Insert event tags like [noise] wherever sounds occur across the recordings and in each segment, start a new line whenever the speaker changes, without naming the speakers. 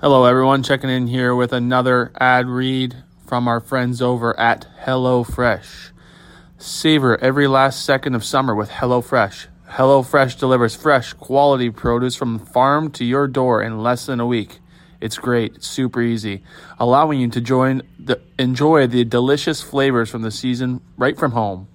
Hello, everyone. Checking in here with another ad read from our friends over at HelloFresh. Savor every last second of summer with HelloFresh. HelloFresh delivers fresh, quality produce from farm to your door in less than a week. It's great. It's super easy, allowing you to join the, enjoy the delicious flavors from the season right from home.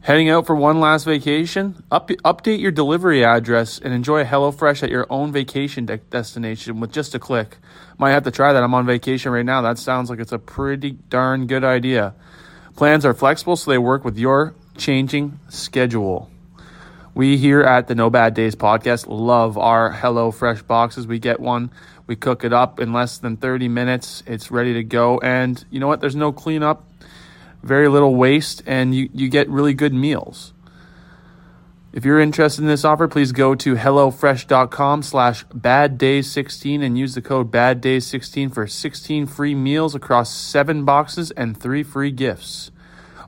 Heading out for one last vacation? Up, update your delivery address and enjoy HelloFresh at your own vacation de- destination with just a click. Might have to try that. I'm on vacation right now. That sounds like it's a pretty darn good idea. Plans are flexible, so they work with your changing schedule. We here at the No Bad Days podcast love our Hello Fresh boxes. We get one, we cook it up in less than 30 minutes. It's ready to go. And you know what? There's no cleanup, very little waste, and you, you get really good meals. If you're interested in this offer, please go to HelloFresh.com slash BadDays16 and use the code BadDays16 for 16 free meals across 7 boxes and 3 free gifts.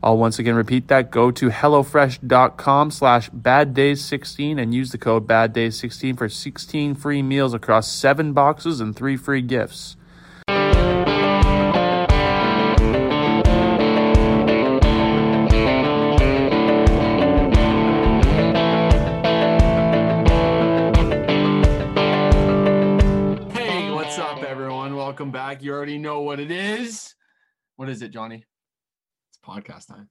I'll once again repeat that. Go to HelloFresh.com slash BadDays16 and use the code BadDays16 for 16 free meals across 7 boxes and 3 free gifts. Hey, what's up, everyone? Welcome back. You already know what it is. What is it, Johnny?
It's podcast time.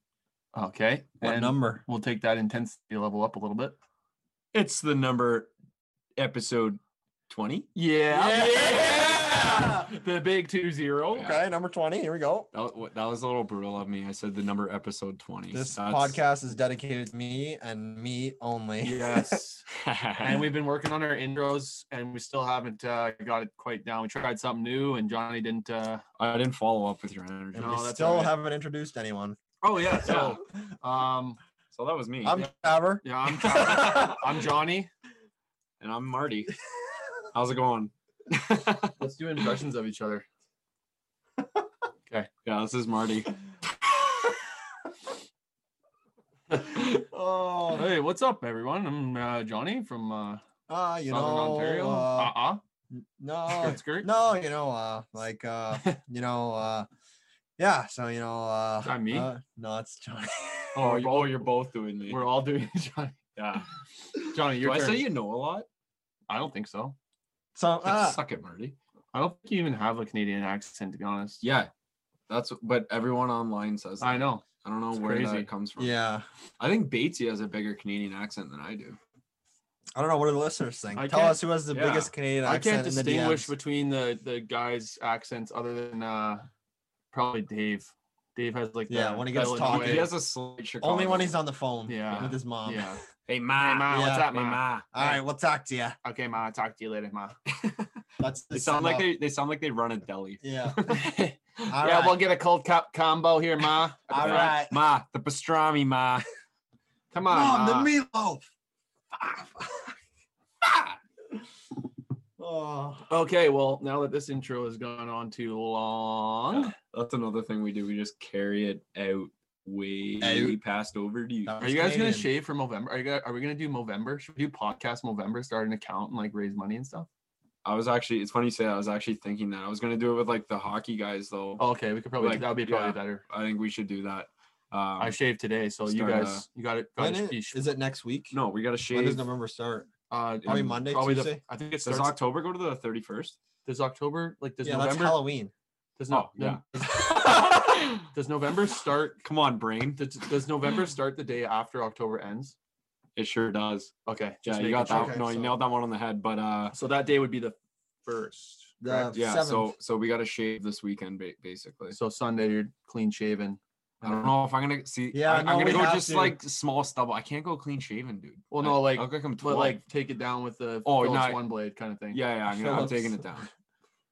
Okay.
What
and
number?
We'll take that intensity level up a little bit.
It's the number episode 20.
Yeah.
Yeah!
the big two zero.
Yeah.
Okay, number 20. Here we go.
That, wa- that was a little brutal of me. I said the number episode 20.
This
That's-
podcast is dedicated to me and me only.
Yes. [laughs]
[laughs]
and we've been working on our intros and we still haven't uh, got it quite down. We tried something new and Johnny didn't. Uh...
I didn't follow up with your energy.
[laughs] and
No,
we
that's
still
alright.
haven't introduced anyone.
Oh, yeah. So, [laughs] um,
So that was me.
I'm
Yeah.
Trevor.
yeah, [laughs] I'm, Trav- I'm Johnny.
[laughs] and
[laughs]
I'm Marty. How's it going? [laughs]
Let's do impressions of each other.
Yeah, this is
[laughs]
Marty.
oh,
Hey, what's up, everyone? I'm uh, Johnny from uh,
uh, you know,
Southern Ontario.
uh,
Uh-uh. [laughs]
no,
That's great.
no, you know, uh,
[laughs]
like, uh, you know, uh, yeah. So you know, uh,
Not me.
uh, no, it's Johnny. [laughs]
Oh,
we're
you,
both-
oh, you're both doing me.
We're all doing [laughs] Johnny.
yeah.
Johnny,
Do
your
I
turn.
say you know a lot?
I don't think so.
So uh,
Suck it, Marty.
I don't think you even have a Canadian accent, to be honest.
Yeah. That's but everyone online says that.
I know.
I don't know
It's
where
crazy.
that comes from.
yeah,
I think Batesy has a bigger Canadian accent than I do.
I don't know what do the listeners think.
I
Tell
can't-
us who has the
yeah.
biggest Canadian
I
accent
can't
in the
distinguish
DMs.
between the the guys' accents other than uh probably Dave. Dave has like
Yeah,
the
when he gets
Illinois-
talking.
He has a slight Chicago.
Only when he's on the phone.
Yeah.
with his mom.
yeah.
Hey ma,
Hey, ma,
what's
up, ma?
All right, we'll talk to you.
[laughs] Okay, ma. I'll talk to you later, ma. [laughs]
That's
They
the
sound like
setup.
they, they sound like they run a deli.
Yeah.
yeah,
right.
we'll get a cold cup combo here, ma. at the
All
front.
right.
Ma, the pastrami, ma. [laughs]
Come on,
Ah.
ma.
meatloaf. oh.
okay, well, now that this intro has gone on too long,
Yeah. That's another thing we do. We just carry it out way
Out.
past over to you.
No.
are you guys gonna
Canadian.
shave for November? Are you guys, are we gonna do November? Should we do podcast November? Start an account and like raise money and stuff.
I was actually it's funny you say that. I was actually thinking that. I was gonna do it with like the hockey guys though.
Oh.
Oh, Okay, we could probably
Like,
that would be probably
yeah.
better.
I think we should do that. Um,
I shaved today, so you
start, uh,
guys, you got it.
When
Got
it, is it next week?
no, we gotta
When does
shave.
November start?
Uh,
Probably
in
Monday,
probably the-
Tuesday?
I think it
Does
starts
October go to the thirty first?
does October like does
yeah, that's
November
Halloween.
does
Oh,
no, no-
[laughs] yeah.
does November start
Come on, brain.
does, does November start the day after October ends?
It sure does.
Okay,
Yeah,
just
you
making
got
sure.
that.
Okay,
no, you
so-
nailed that one on the head. But uh,
So that day would be the first.
The
yeah.
seventh.
So so we got to shave this weekend, ba- basically.
So Sunday you're clean shaven.
I [laughs] don't know if I'm gonna see. Yeah,
Yeah,
I,
no,
am gonna
we
go
have
just
to.
like small stubble. I can't go clean shaven, dude.
Well, no,
I-
like-
I'll look like I'm
But
12.
like take it down with the
Oh,
Phillips
not-
one blade kind of thing. [laughs]
yeah, yeah, I'm, gonna, I'm
Phillips.
taking
[laughs]
it down.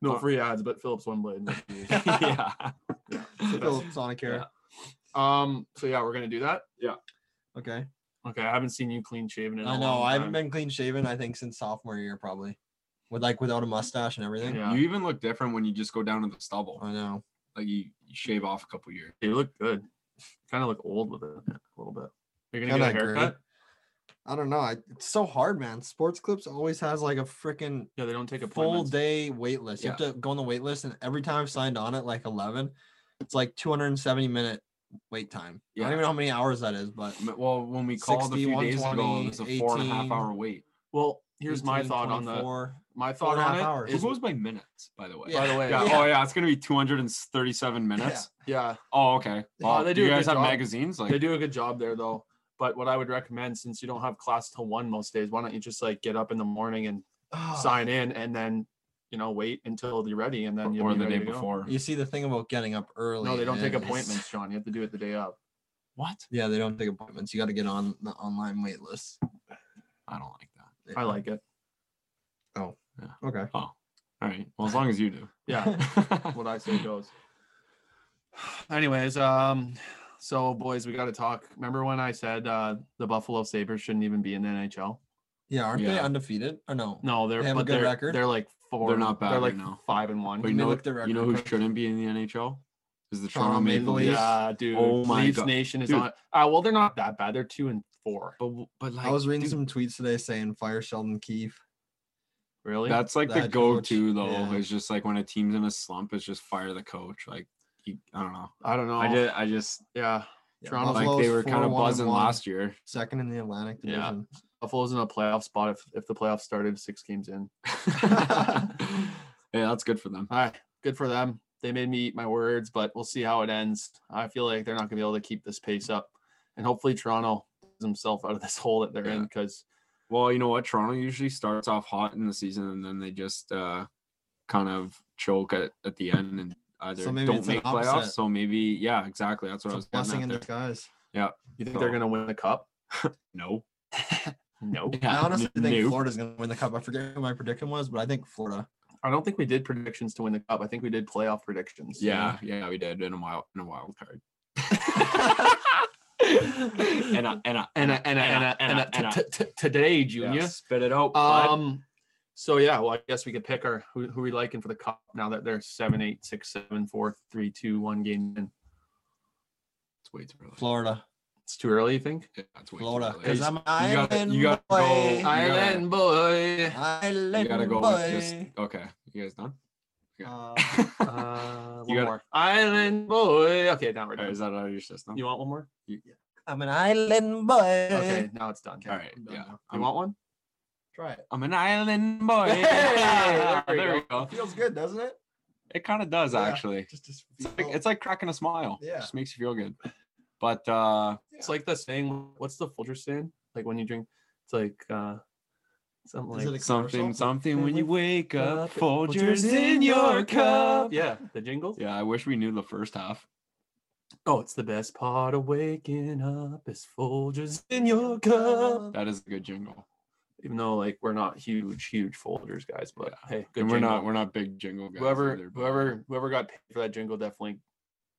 No
Uh,
free ads, but Phillips one [laughs] blade. must be-
[laughs] yeah, [laughs]
Philip Sonic here.
um. So yeah, we're gonna do that.
Okay.
Okay. I haven't seen you clean shaven in. I
I know. I haven't been clean shaven. I think since sophomore year, probably, with like without a mustache and everything.
Yeah.
You even look different when you just go down to the stubble.
I know.
Like you, you shave off a couple years.
You look good. Kind of look old with it a little bit. You're gonna
Kinda
get a
gray.
haircut.
I don't know. I, it's so hard, man. Sports Clips always has like a freaking
Yeah, they don't take a
full day wait list. You have to go on the wait list, and every time I've signed on at like 11, it's like 270 minute wait time. I
Yeah.
don't even know how many hours that is, but
Uh, M- Well, when we called a
60,
few days ago, it was a
120,
four and a half
18.
hour wait.
Well, here's my thought on the my
four
thought
and a
on
half
it
hours.
It
is-
goes by minutes, by the way.
by the way,
Yeah.
Yeah.
Oh yeah, it's gonna be 237 minutes.
yeah,
Oh okay. Well,
they
do
do
you
a
guys
good
have
job.
magazines? Like
they do a good job there though. But what I would recommend, since you don't have class till one most days, why don't you just like get up in the morning and Oh,
Ah.
sign in, and then you know wait until you're ready, and then you'll
or
be
the
ready
day
to go.
before.
You see the thing about getting up early.
No, they don't take
and it's-
appointments, John. You have to do it the day up.
What?
Yeah, they don't take appointments. You got to get on the online wait list.
I don't like that.
I like it.
Okay.
All right. Well, as long as you [laughs] do.
Yeah, what I say
[laughs]
goes. Anyways, um, so boys, we got to talk. Remember when I said uh the Buffalo Sabers shouldn't even be in the NHL?
Yeah, aren't they
Yeah.
undefeated? Or no?
No, they're
They have a
but
good
they're
record?
they're like four.
They're not bad
They're
right
like
now.
five and one.
But you
me
know,
look the
you know
record
who
quick.
shouldn't be in the NHL? Is the
Toronto
Toronto Maple
Maple Leafs.
Leafs.
Yeah, dude.
Oh my
Leafs
God.
Nation is
Dude.
on. Uh, well, they're not that bad. They're two and four.
But w- but like
I was reading
dude,
some tweets today saying fire Sheldon Keefe.
Really?
That's like the
that
go-to
coach,
though.
yeah.
It's just like when a team's in a slump, it's just fire the coach. Like you, I don't know.
I don't know.
I just I just
yeah,
Yeah,
Toronto's
like
Buffalo's
they were kind of
4-1 and
buzzing
one,
last year.
Second in the Atlantic
Yeah.
Division.
Buffalo's in a playoff spot if, if the playoffs started six games in.
[laughs] yeah, that's good for them.
All right, good for them. They made me eat my words, but we'll see how it ends. I feel like they're not going to be able to keep this pace up, and hopefully Toronto does himself out of this [laughs] hole that they're in because
Well, you know what? Toronto usually starts off hot in the season and then they just uh kind of choke at, at the end and either
maybe
don't
it's an
make playoffs.
upset.
So maybe yeah, exactly. That's what
It's
I
a
was
blessing
getting
in
at there. [laughs]
disguise.
you think they're
So-
going to win the cup?
No. [laughs]
No,
[laughs] I honestly think
nope.
Florida's going to win the cup. I forget what my prediction was, but I think Florida.
I don't think we did predictions to win the cup. I think we did playoff predictions.
Yeah, yeah, we did in a wild in a wild
[laughs]
card. and a,
[laughs]
and a,
and a, and a, and a, and a,
and a-
t- t- t- today,
yeah,
Junior.
spit it out. bud.
Um. So yeah, well, I guess we could pick our who, who we liking for the cup now that they're seven, eight, six, seven, four, three, two, one game in.
it's way too early.
Florida.
It's too early, you think?
Yeah, it's way too
Florida.
early.
Because I'm an
you
island
gotta- you gotta go-
boy.
I- Island
boy. [laughs]
island
You gotta go
boy.
with just okay. You guys done?
[laughs] Uh,
Uh, one
You gotta-
more. Island boy. Okay, now we're
Or is
done.
that out of your system?
You want one more?
I'm an island boy.
Okay, now it's done.
All right.
I'm done
Yeah.
now.
You
I'm-
want one?
Try it.
I'm an island [laughs] boy.
Hey,
Yeah,
there we
there we go.
Feels good, doesn't it?
It kind of does
Yeah.
actually.
Just, just
It's like, it's like cracking a smile.
Yeah.
Just makes you feel good. But uh
It's like the saying. What's the Folger saying? Like when you drink, it's like uh, something
Is
like
it a commercial?
something, something when you wake up, Folgers
Folgers
in your cup.
Yeah, the jingle.
Yeah, I wish we knew the first half.
Oh, it's the best part of waking up is Folgers in
"Oh,
your cup.
That is a good jingle.
Even though like we're not huge, huge Folgers guys, but hey, good
and we're
jingle.
not we're not big jingle guys.
whoever
either, but-
whoever whoever got paid for that jingle definitely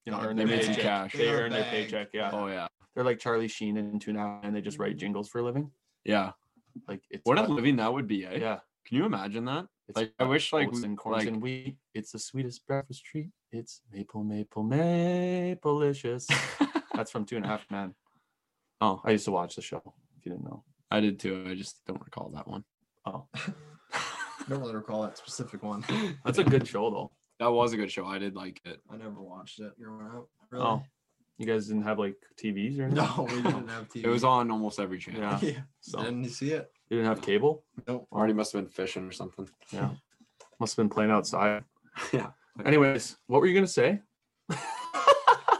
you know
Yeah,
earned
they
their
made some
paycheck.
cash.
They,
They are
earned their
bagged.
paycheck. Yeah.
Oh yeah.
They're like Charlie Sheen and Tune Out and they just write jingles for a living.
Yeah.
Like it's
What a
got-
Mm-hmm. living that would be, eh?
Yeah.
Can you imagine that?
It's
Like I wish like
oats
we-
and corns
like
and wheat. It's the sweetest breakfast treat. It's maple, maple,
[laughs]
mapleicious. That's from Two and a Half Men.
Oh,
I used to watch the show. If you didn't know.
[laughs] I did too. I just don't recall
[laughs]
that one.
Oh,
don't really recall that specific one.
[laughs]
that's a good show though.
That was a good show. I did like it.
I never watched it. growing up.
Oh, you guys didn't have like TVs or anything?
[laughs] No, we didn't have TV.
It was on uh, almost every channel.
Yeah.
[laughs] Yeah.
So
Didn't you see it?
you didn't have cable.
Nope.
[laughs] Already must have been fishing or [laughs] something.
Yeah. Must have been playing outside.
Yeah.
Anyways, what were you gonna say? [laughs]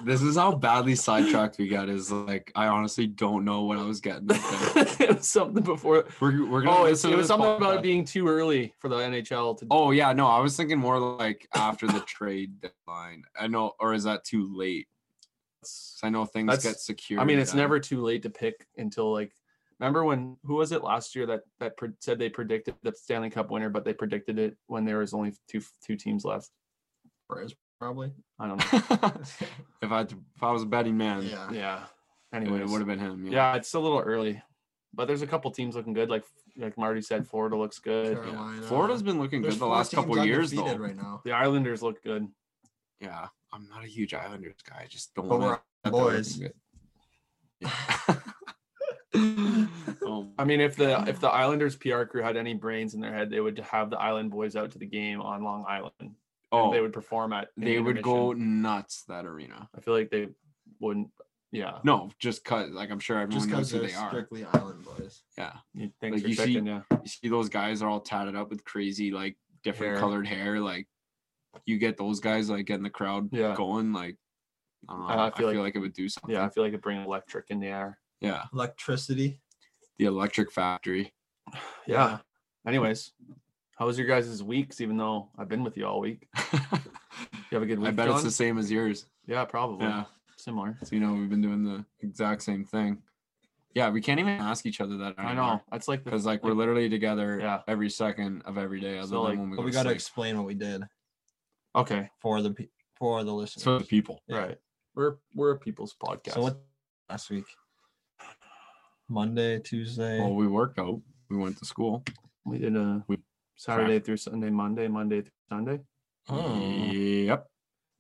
This is how badly sidetracked we got. Is like I honestly don't know what I was getting. at
[laughs]
there.
it was something before.
we're we're gonna
Oh, it's,
listen
it
to
was
this
something about
podcast.
it being too early for the NHL to.
Oh yeah, no, I was thinking more like after the trade deadline. I know, or is that too late?
that's
'Cause I know things
That's-
get secured.
I mean, it's
then.
never too late to pick until like. Remember when who was it last year that that pre- said they predicted the Stanley Cup winner, but they predicted it when there was only two two teams left.
Braves, probably.
I
[laughs]
don't know.
[laughs] if I had to- if I was a betting man,
Yeah.
yeah.
anyway,
Anyway,
it would have been him. Yeah.
yeah, it's a little early, but there's a couple teams looking good. Like like Marty said, Florida looks good.
Sure. Carolina.
Florida's been looking
There's
good the
four
last couple
teams
years though.
undefeated right now.
The Islanders look good.
Yeah, I'm not a huge Islanders guy. I just don't
But we're
want to.
boys.
[laughs]
[laughs] oh,
I mean, if the if the Islanders PR crew had any brains in their head, they would have the Island boys out to the game on Long Island. and
oh,
they would perform at. in
they would go
intermission.
nuts that arena.
I feel like they wouldn't. Yeah,
No, just cause like I'm sure everyone
Just
knows
because
who
they're
they are.
strictly island boys.
Yeah,
you, thanks
Like,
for
you see-
checking. yeah,
you see those guys are all tatted up with crazy like different
Hair.
colored hair. Like you get those guys like getting the crowd
Yeah.
going. Like I don't know.
I
I,
feel
feel
like-
like, it would do something.
yeah, I feel like it bring electric in the air.
yeah.
Electricity.
The Electric Factory. [laughs]
Yeah. Anyways, how was your guys' weeks? Even though I've been with you all week, you have a good week.
I bet it's
John?
the same as yours.
Yeah, probably.
Yeah.
Similar.
So you know we've been doing the exact same thing. Yeah, we can't even ask each other that.
I know. That's like the
because like we're literally together
Yeah.
every second of every day, other
So,
than
like-
when we
But
go
we
to
got to
sleep.
explain what we did
okay,
for the pe- for the
It's
listeners.
for the people.
Yeah.
right. We're we're a people's podcast.
So what last week? Monday, Tuesday.
Well, we worked out. We went to school.
we did a
We-
Saturday through Sunday, Monday, Monday through Sunday.
Oh.
Yep.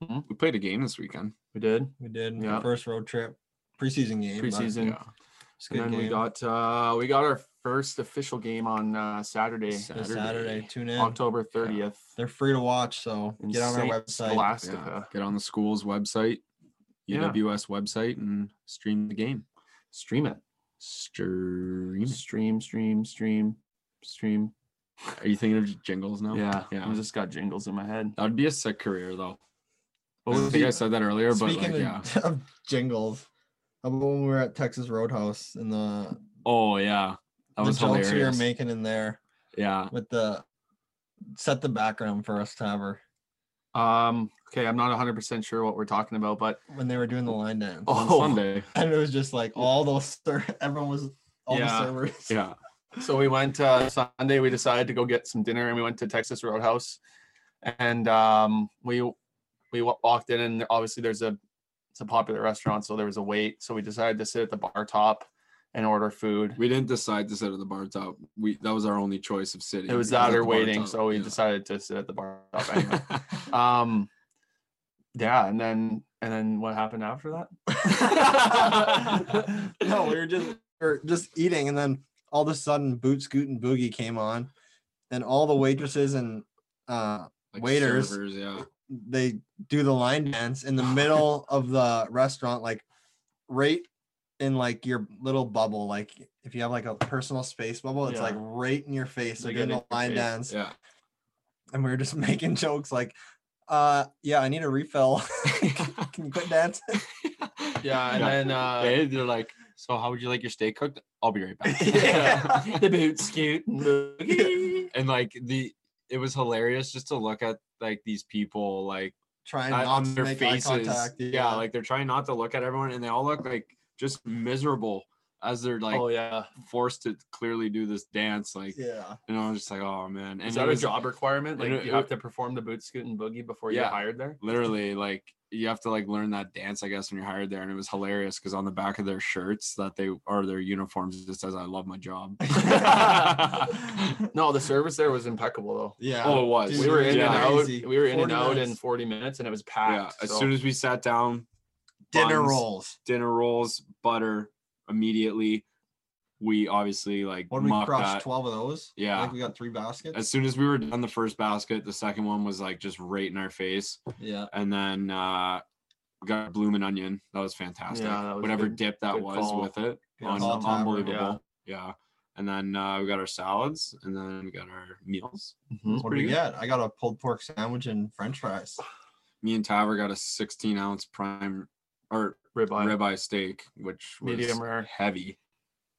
Mhm.
We played a game this weekend.
We did
we did
yeah.
our first road trip, preseason game. but
preseason,
Yeah.
It's a
and
good
then
game.
we got uh we got our first official game on uh, Saturday,
This Saturday. Tune in.
October thirtieth.
They're free to watch, so get on our website.
Yeah,
Scholastica.
get on the school's website,
Yeah.
UWS website, and stream the game.
Stream it.
Stream. it.
Stream, stream, stream, stream.
Are you thinking of jingles now?
Yeah,
yeah.
I just got jingles in my head.
That would be a sick career, though.
What
I
was
think I
the-
said that earlier, but
Speaking
like,
of,
yeah.
[laughs] of jingles, how about when we were at Texas Roadhouse and the,
Oh yeah, that
the
was
jokes we were
hilarious.
making in there
yeah,
with the set the background for us to have her
Um. Okay, I'm not 100 percent sure what we're talking about, but
when they were doing the line dance.
Oh.
on Sunday.
[laughs] And it was just like all those ser- [laughs] everyone was all
Yeah.
the servers.
Yeah,
so we went uh, Sunday. We decided to go get some dinner, and we went to Texas Roadhouse, and um, we we wa- walked in, and obviously there's a it's a popular restaurant, so there was a wait. So we decided to sit at the bar top and order food.
we didn't decide to sit at the bar top. We that was our only choice of sitting.
It was
at
that
the
or
bar
waiting,
top,
so we
yeah.
decided to sit at the
[laughs]
bar top anyway. um, yeah, and then and then what happened after
[laughs]
that? [laughs]
no, we were just we were just eating, and then all of a sudden, Boot Scoot and Boogie came on, and all the waitresses and uh,
Like
waiters.
servers, yeah.
they do the line dance in the middle of the restaurant, like right in like your little bubble. Like if you have like a personal space bubble, it's
Yeah.
like right in your face.
They
They're
get in
doing the
your
line
face,
[laughs]
dance,
Yeah.
and we were just [laughs] making jokes like, "Uh, yeah, I need a refill. Can you quit dancing?"
Yeah, and then uh,
They- they're like, so how would you like your steak cooked? I'll be right [laughs] back.
yeah, [laughs] the boots cute. and boogie.
and like the it was hilarious just to look at like these people like
Trying
on-
not
on
to
their
make
faces.
eye contact.
yeah. like they're trying not to look at everyone and they all look like just miserable as they're [laughs] like
oh yeah,
forced to clearly do this dance. Like
yeah.
and I was just like, oh man. And
is
it
that a
was
job requirement? Like
and it-
you
it-
have to perform the boot scoot and boogie before you get
Yeah.
hired there?
Literally like you have to like learn that dance, I guess, when you're hired there. And it was hilarious because on the back of their shirts that they are their uniforms it just says I love
[laughs]
my job.
no, the service there was impeccable though. Uh,
Yeah.
Oh, it was.
Dude,
we were in
it was
and out.
crazy.
We were in and
40
out in
minutes.
40 minutes, and it was
Yeah.
packed.
As soon as we sat down,
dinner
buns,
rolls.
dinner rolls, butter immediately. We obviously like
What did we
mucked
crush?
that.
Twelve of those. I
Yeah.
think we got three baskets.
As soon as we were done the first basket, the second one was like just right in our face.
yeah.
And then uh we got a bloomin' onion. That was fantastic.
Yeah, that was
Whatever
good-
dip that
good
was
call.
with it.
Yeah,
un-
call timer,
unbelievable. Yeah. And then uh, we got our salads and then we got our meals.
Mhm.
What did we
pretty
get? I got a pulled pork sandwich and French fries.
Me and Taver got a 16 ounce prime or
ribeye
ribeye steak, which was
Medium rare.
heavy.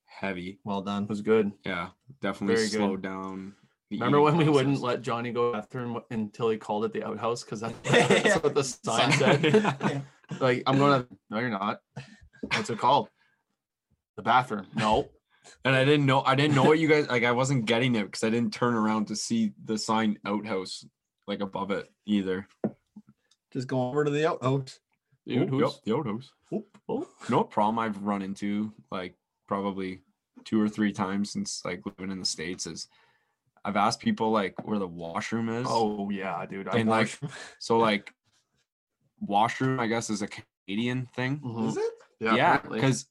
Heavy.
Well done.
was good.
Yeah, definitely
Very good.
slowed down the
Remember
eating
when we
process.
wouldn't let Johnny go to the bathroom until he called it the outhouse because that's, that's what the sign
[laughs]
said. like I'm going to. No, you're not. What's it called? The bathroom. No.
And I didn't know I didn't know what you guys like I wasn't getting it because I didn't turn around to see the sign outhouse like above it either.
Just go over to the outhouse.
The outhouse. Oh,
outhouse.
the outhouse.
Oop, oop.
You know what problem I've run into like probably two or three times since like living in the States is I've asked people like where the washroom is.
Oh yeah, dude. I
And, like,
watched-
so like washroom, I guess, is a Canadian thing.
Mhm.
Is it?
Yeah,
apparently.
because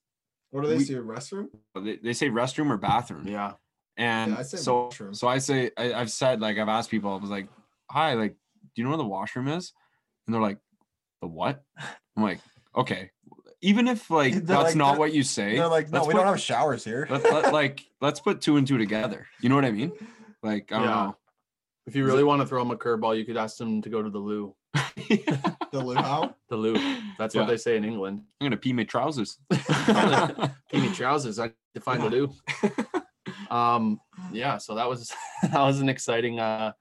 What do they
We-
say? Restroom?
they, they say restroom or bathroom.
yeah.
And
I say
so,
washroom.
so I say, I, I've said, like, I've asked people, I was like, hi, like, do you know where the washroom is? And they're like, the what? I'm like, okay. Even if, like,
[laughs] They're
that's
like,
not
"That-
what you say,
They're like, no,
let's
we
put-
don't have
[laughs]
showers here.
let,
[laughs]
let, like, let's put two and two together. You know what I mean? Like, I don't
Yeah.
know.
If you really want to throw him a curveball, you could ask him to go to the loo.
[laughs]
the luau.
The loo. That's
Yeah.
what they say in England.
I'm going to pee my trousers. [laughs]
Teeny trousers. I define the loo.
[laughs]
Um, yeah. So that was [laughs] that was an exciting, uh,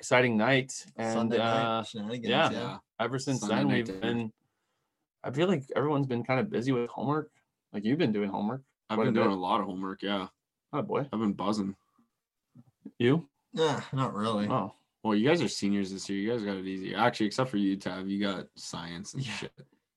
exciting night. And
Sunday
uh,
night shenanigans.
yeah.
yeah.
ever since
Sunday
then
night
we've
dinner.
been i feel like everyone's been kind of busy with homework like you've been doing homework
I've
Quite a
been doing
bit.
a lot of homework. Yeah.
oh boy
I've been buzzing.
you
Nah, not really.
oh
Well, you guys are seniors this year. You guys got it easy. Actually, except for you, Tab, you got science and
Yeah.
shit.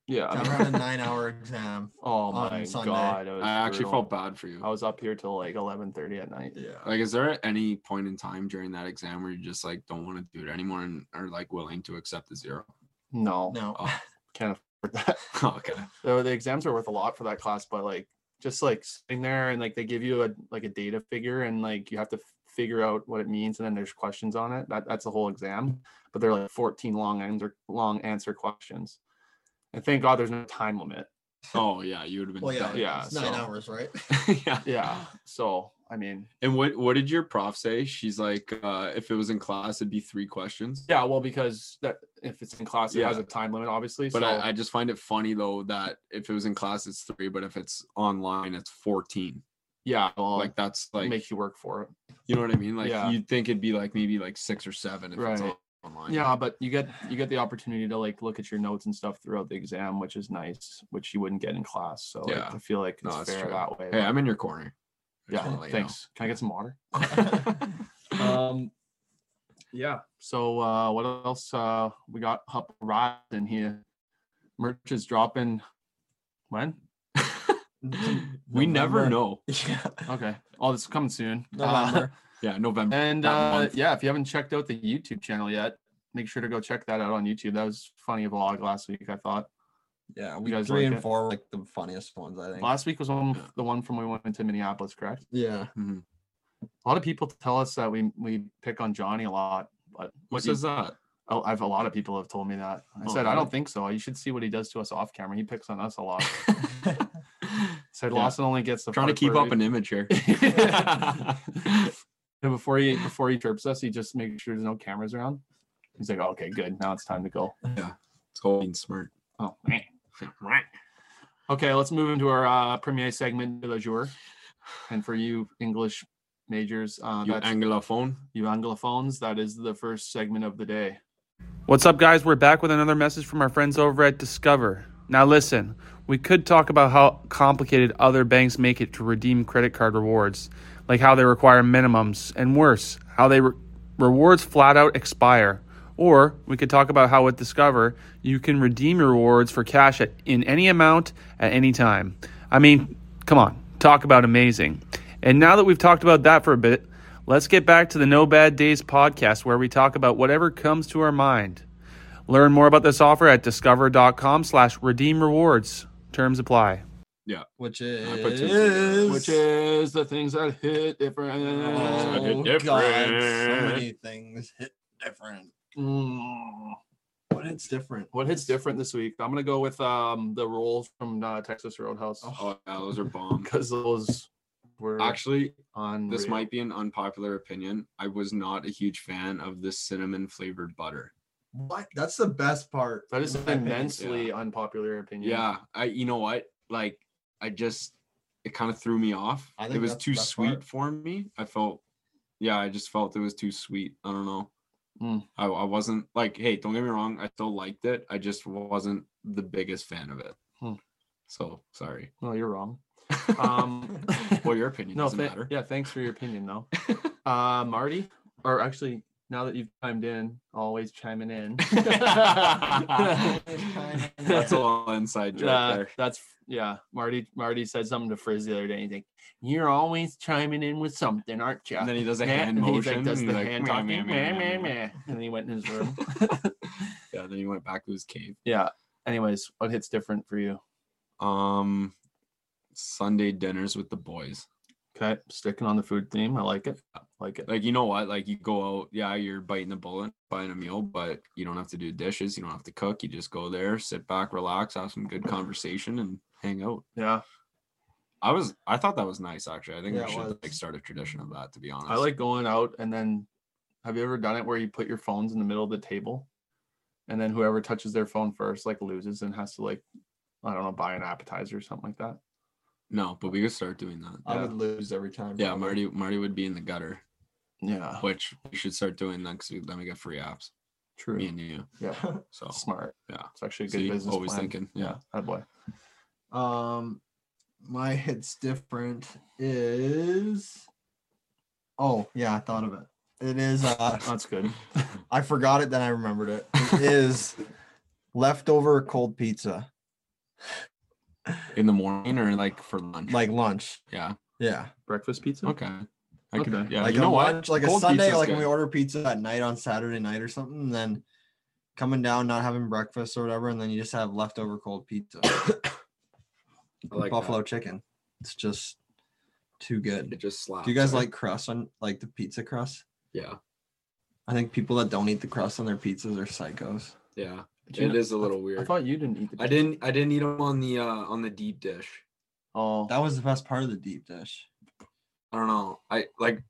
yeah
I
I mean-
had a nine-hour
[laughs]
exam.
oh
on
my
Sunday.
god it was
I actually
brutal.
felt bad for you.
i was up here till like eleven thirty at night
Yeah.
Like, is there any point in time during that exam where you just like don't want to do it anymore and are like willing to accept the zero? [laughs]
no,
No.
Oh,
can't afford that
okay.
so the exams are worth a lot for that class but like just like sitting there and like they give you a like a data figure and like you have to f- figure out what it means and then there's questions on it that, that's the whole exam but they're like 14 long answer long answer questions and thank god there's no time limit
Oh yeah, you would have been.
[laughs] Well, yeah.
dead.
yeah,
It's nine
so-
hours, right?
[laughs] yeah. [sighs]
yeah so i mean
And what what did your prof say? She's like, uh, if it was in class, it'd be three questions.
yeah well because that if it's in class it has
Yeah.
a time limit obviously
But
so
I, I just find it funny though that if it was in class, it's three, but if it's online, it's fourteen.
yeah well
Like that's
like
like
make you work for it
you know what I mean? Like
Yeah.
you'd think it'd be like maybe like six or seven if it's
Right.
online.
yeah but you get you get the opportunity to like look at your notes and stuff throughout the exam which is nice which you wouldn't get in class so like,
Yeah.
i feel like
No,
it's
that's
fair
true.
that way
Hey,
but-
I'm in your corner. I just
yeah
wanna let you know.
thanks can i get some water um yeah so uh what else uh we got up rod in here merch is dropping when
[laughs]
we never
November.
know.
yeah. [laughs]
okay oh it's coming soon Uh,
November.
[laughs] Yeah, November.
and
that
uh
month.
yeah if you haven't checked out the youtube channel yet make sure to go check that out on youtube that was funny vlog last week i thought
yeah. We
guys
three
like
and
it?
four were like the funniest ones, I think.
last week was one
Yeah.
the one from when we went to minneapolis correct
yeah.
Mhm.
a lot of people tell us that we we pick on johnny a lot but
Who
what you-
says that?
Oh, I've a lot of people have told me that. I
Oh,
said I
really?
don't think so. You should see what he does to us off camera. He picks on us a
[laughs]
lot. said
Yeah.
Lawson only gets the
trying to
part
keep
where
up an image here.
he- [laughs] And before he before he chirps us, he just makes sure there's no cameras around. He's like, okay, good. Now it's time to go.
It's called being smart.
Oh, man. Okay, let's move into our uh, premier segment de la jour. And for you English majors, uh,
you
that's
Anglophone.
you Anglophones, that is the first segment of the day.
What's up, guys? We're back with another message from our friends over at Discover. Now, listen, we could talk about how complicated other banks make it to redeem credit card rewards, like how they require minimums, and worse, how they re- rewards flat out expire. Or we could talk about how with Discover, you can redeem your rewards for cash at, in any amount at any time. I mean, come on, talk about amazing. And now that we've talked about that for a bit, Let's get back to the No Bad Days podcast where we talk about whatever comes to our mind. Learn more about this offer at discover.com slash redeem rewards. Terms apply.
Which
I put two together.
is
Which is the things that hit different.
oh,
Different.
God, so many things hit different.
Mm.
What hits different?
What hits different this week? I'm gonna go with um the rolls from uh, Texas Roadhouse [laughs]
Oh yeah, those are bomb.
because those were
Actually,
on.
this might be an unpopular opinion. I was not a huge fan of this cinnamon flavored butter.
What? That's the best part.
that is
in
an
my opinion.
immensely unpopular opinion.
Yeah, I you know what? Like I just it kind of threw me off.
I
it
think
was
that's the
too
best
sweet
part.
for me. I felt yeah, I just felt it was too sweet. I don't know.
Mm.
I, I wasn't like, hey, don't get me wrong, I still liked it. I just wasn't the biggest fan of it.
Hmm.
So sorry.
No, you're wrong. Um,
[laughs] well, your opinion
no,
doesn't
tha-
matter.
yeah, thanks for your opinion though. Uh, Marty, or actually, now that you've chimed in, always chiming
[laughs]
in.
[laughs] That's a little inside joke
Nah,
there.
that's yeah. Marty Marty said something to Frizz the other day. and He's like, "You're always chiming in with something, aren't you?"
And then he does a
Meh,
hand
and he's
motion.
Like, does
and
the
he's like,
hand
"Meh,
talking,
meh,
meh,
meh,
meh,
meh."
meh. And then he went in his room. [laughs]
[laughs]
Yeah, then he went back to his cave.
yeah. Anyways, what hits different for you?
Um, Sunday dinners with the boys.
Okay, sticking on the food theme. I like it. I like it.
Like you know what? Like you go out. Yeah, you're biting the bullet, buying a meal, but you don't have to do dishes. You don't have to cook. You just go there, sit back, relax, have some good conversation, and hang out.
Yeah,
I was. I thought that was nice. Actually, I think
Yeah, it
we should
was.
like start a tradition of that. To be honest,
I like going out and then. Have you ever done it where you put your phones in the middle of the table, and then whoever touches their phone first like loses and has to like, I don't know, buy an appetizer or something like that.
No, but we could start doing that.
I
Yeah.
would lose every time.
Yeah, Marty.
probably.
Marty would be in the gutter,
Yeah,
which we should start doing that because then we get free apps.
true.
Me and you.
Yeah.
[laughs]
So
Smart.
oh, Yeah.
It's actually a good
see,
business.
always
plan.
thinking. Yeah.
Yeah. That boy.
[laughs] Um, my hits different is. Oh yeah, I thought of it. It is. Uh,
That's
[laughs]
good.
I forgot it, then I remembered it.
[laughs]
It is leftover cold pizza,
In the morning or like for lunch.
like lunch.
yeah.
Yeah,
Breakfast pizza.
Okay. I could,
Okay.
yeah,
like
you know
a
what?
lunch, like a
Cold
Sunday,
pizza's
like when we
good.
order pizza at night on Saturday night or something, and then coming down, not having breakfast or whatever, and then you just have leftover
[coughs]
cold pizza,
I like
buffalo chicken. It's just too
that. It
good.
just slaps.
Do you guys
right?
like crust on like the pizza crust?
Yeah.
I think people that don't eat the crust on their pizzas are psychos.
Yeah.
Do you
it
know-
is a little
I
weird. I,
thought you didn't eat the pizza.
didn't. I didn't eat them on the uh on the deep dish.
Oh.
That was the best part of the deep dish.
I don't know. I like.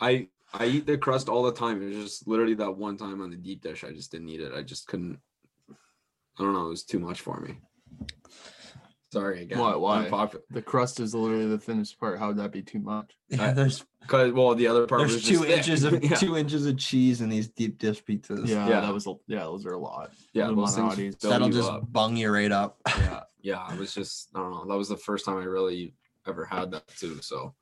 I I eat the crust all the time. It was just literally that one time on the deep dish. I just didn't eat it. I just couldn't. I don't know. It was too much for me. Sorry again.
Why- why?
Unpopu-
the crust is literally the thinnest part. How would that be too much?
Yeah, there's
Cause well, the other [laughs] part was
there's
just
two
thick.
inches [laughs]
[laughs]
of
yeah.
two inches of cheese in these deep dish pizzas.
Yeah,
Yeah.
that was a, yeah, those are a lot.
yeah,
little
those things
oddities.
fill
that'll
you
just
up.
bung you right up.
Yeah.
yeah, I was just I don't know. That was the first time I really ever had that too. So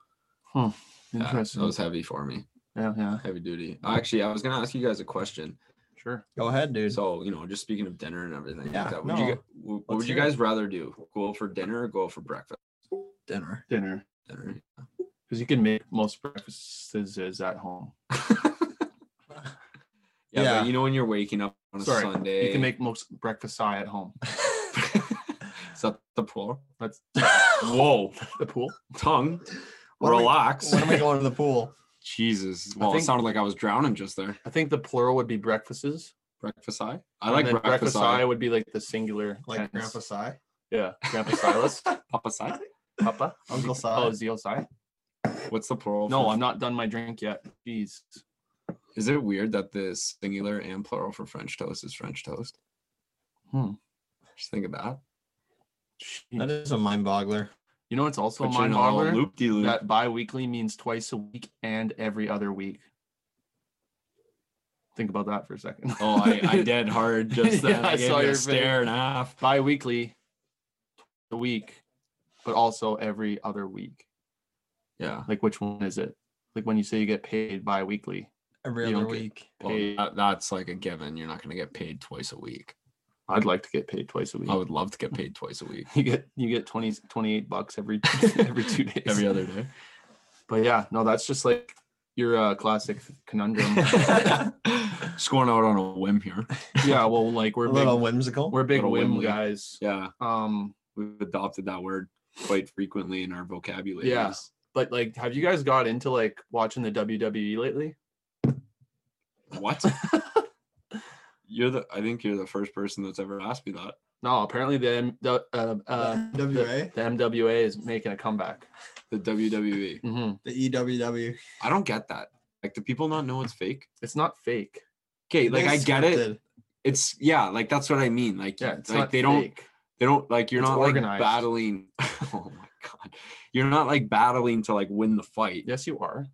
yeah, that
Interesting.
was heavy for me.
yeah, yeah.
Heavy duty. Actually, I was gonna ask you guys a question.
Sure.
Go ahead, dude.
So you know, just speaking of dinner and everything, like
Yeah,
that, would you
no.
gu- wh- what
Let's
would you
hear it.
guys rather do? Go for dinner or go for breakfast?
Dinner.
Dinner.
Dinner. [laughs]
Because you can make most breakfasts is at home.
Yeah,
Yeah.
But you know when you're waking up on a
Sorry.
Sunday,
You can make most breakfast I at home.
[laughs] is that the pool? [laughs]
That's
Whoa,
the pool.
tongue,
What are we-
relax.
when are we going to the pool?
[laughs] Jesus, well, it
think-
sounded like I was drowning just there.
I think the plural would be breakfasts.
Breakfast eye. I
and
like
then
breakfast,
I
eye.
would be like the singular. tense.
Like Grandpa Si,
[laughs] Yeah. Grandpa
[laughs]
Silas.
Papa side.
Papa.
Uncle Si.
Oh, Zio Sai.
What's the plural?
No,
for-
I'm not done my drink yet. Jeez.
Is it weird that the singular and plural for French toast is French toast?
Hmm.
Just think of that.
Jeez.
that is a mind boggler.
You know, it's also a
Put you
mind
in a little
boggler
loop-de-loop.
that bi weekly means twice a week and every other week. Think about that for a second.
Oh, I,
[laughs]
I dead hard just then.
Yeah,
I,
I
gave
saw
you a
your face.
stare and a half.
bi weekly, a week, but also every other week.
Yeah.
Like, which one is it? Like, when you say you get paid bi weekly,
Every
You
other
don't get-
week.
Well,
Paid.
that, that's like a given. You're not going to get paid twice a week.
I'd like to get paid twice a week.
I would love to get paid twice a week.
[laughs] You get you get 20, 28 bucks
[laughs]
every [laughs] every two days.
Every other day.
But yeah, no, that's just like your uh, classic conundrum.
[laughs]
[laughs]
Just going out on a whim here.
yeah, well, like we're
a
big,
little whimsical.
we're big
little
whim
whimly.
guys.
Yeah.
Um,
We've adopted that word quite frequently in our vocabulary.
Yeah. but like, have you guys got into like watching the WWE lately? [laughs]
What? [laughs] you're the, I think you're the first person that's ever asked me that.
No, apparently the M- the uh, [laughs] uh,
E,
WA,
the MWA is making a comeback.
The WWE.
Mhm.
the E EWW.
I don't get that. Like, do people not know it's fake?
It's not fake.
Okay, like I get it.
Scripted.
It's yeah, like that's what I mean. Like,
Yeah, it's
like
not
they don't,
fake.
they don't like you're
It's
not
organized.
like [laughs] battling. oh my god, you're not like battling to like win the fight.
Yes, you are.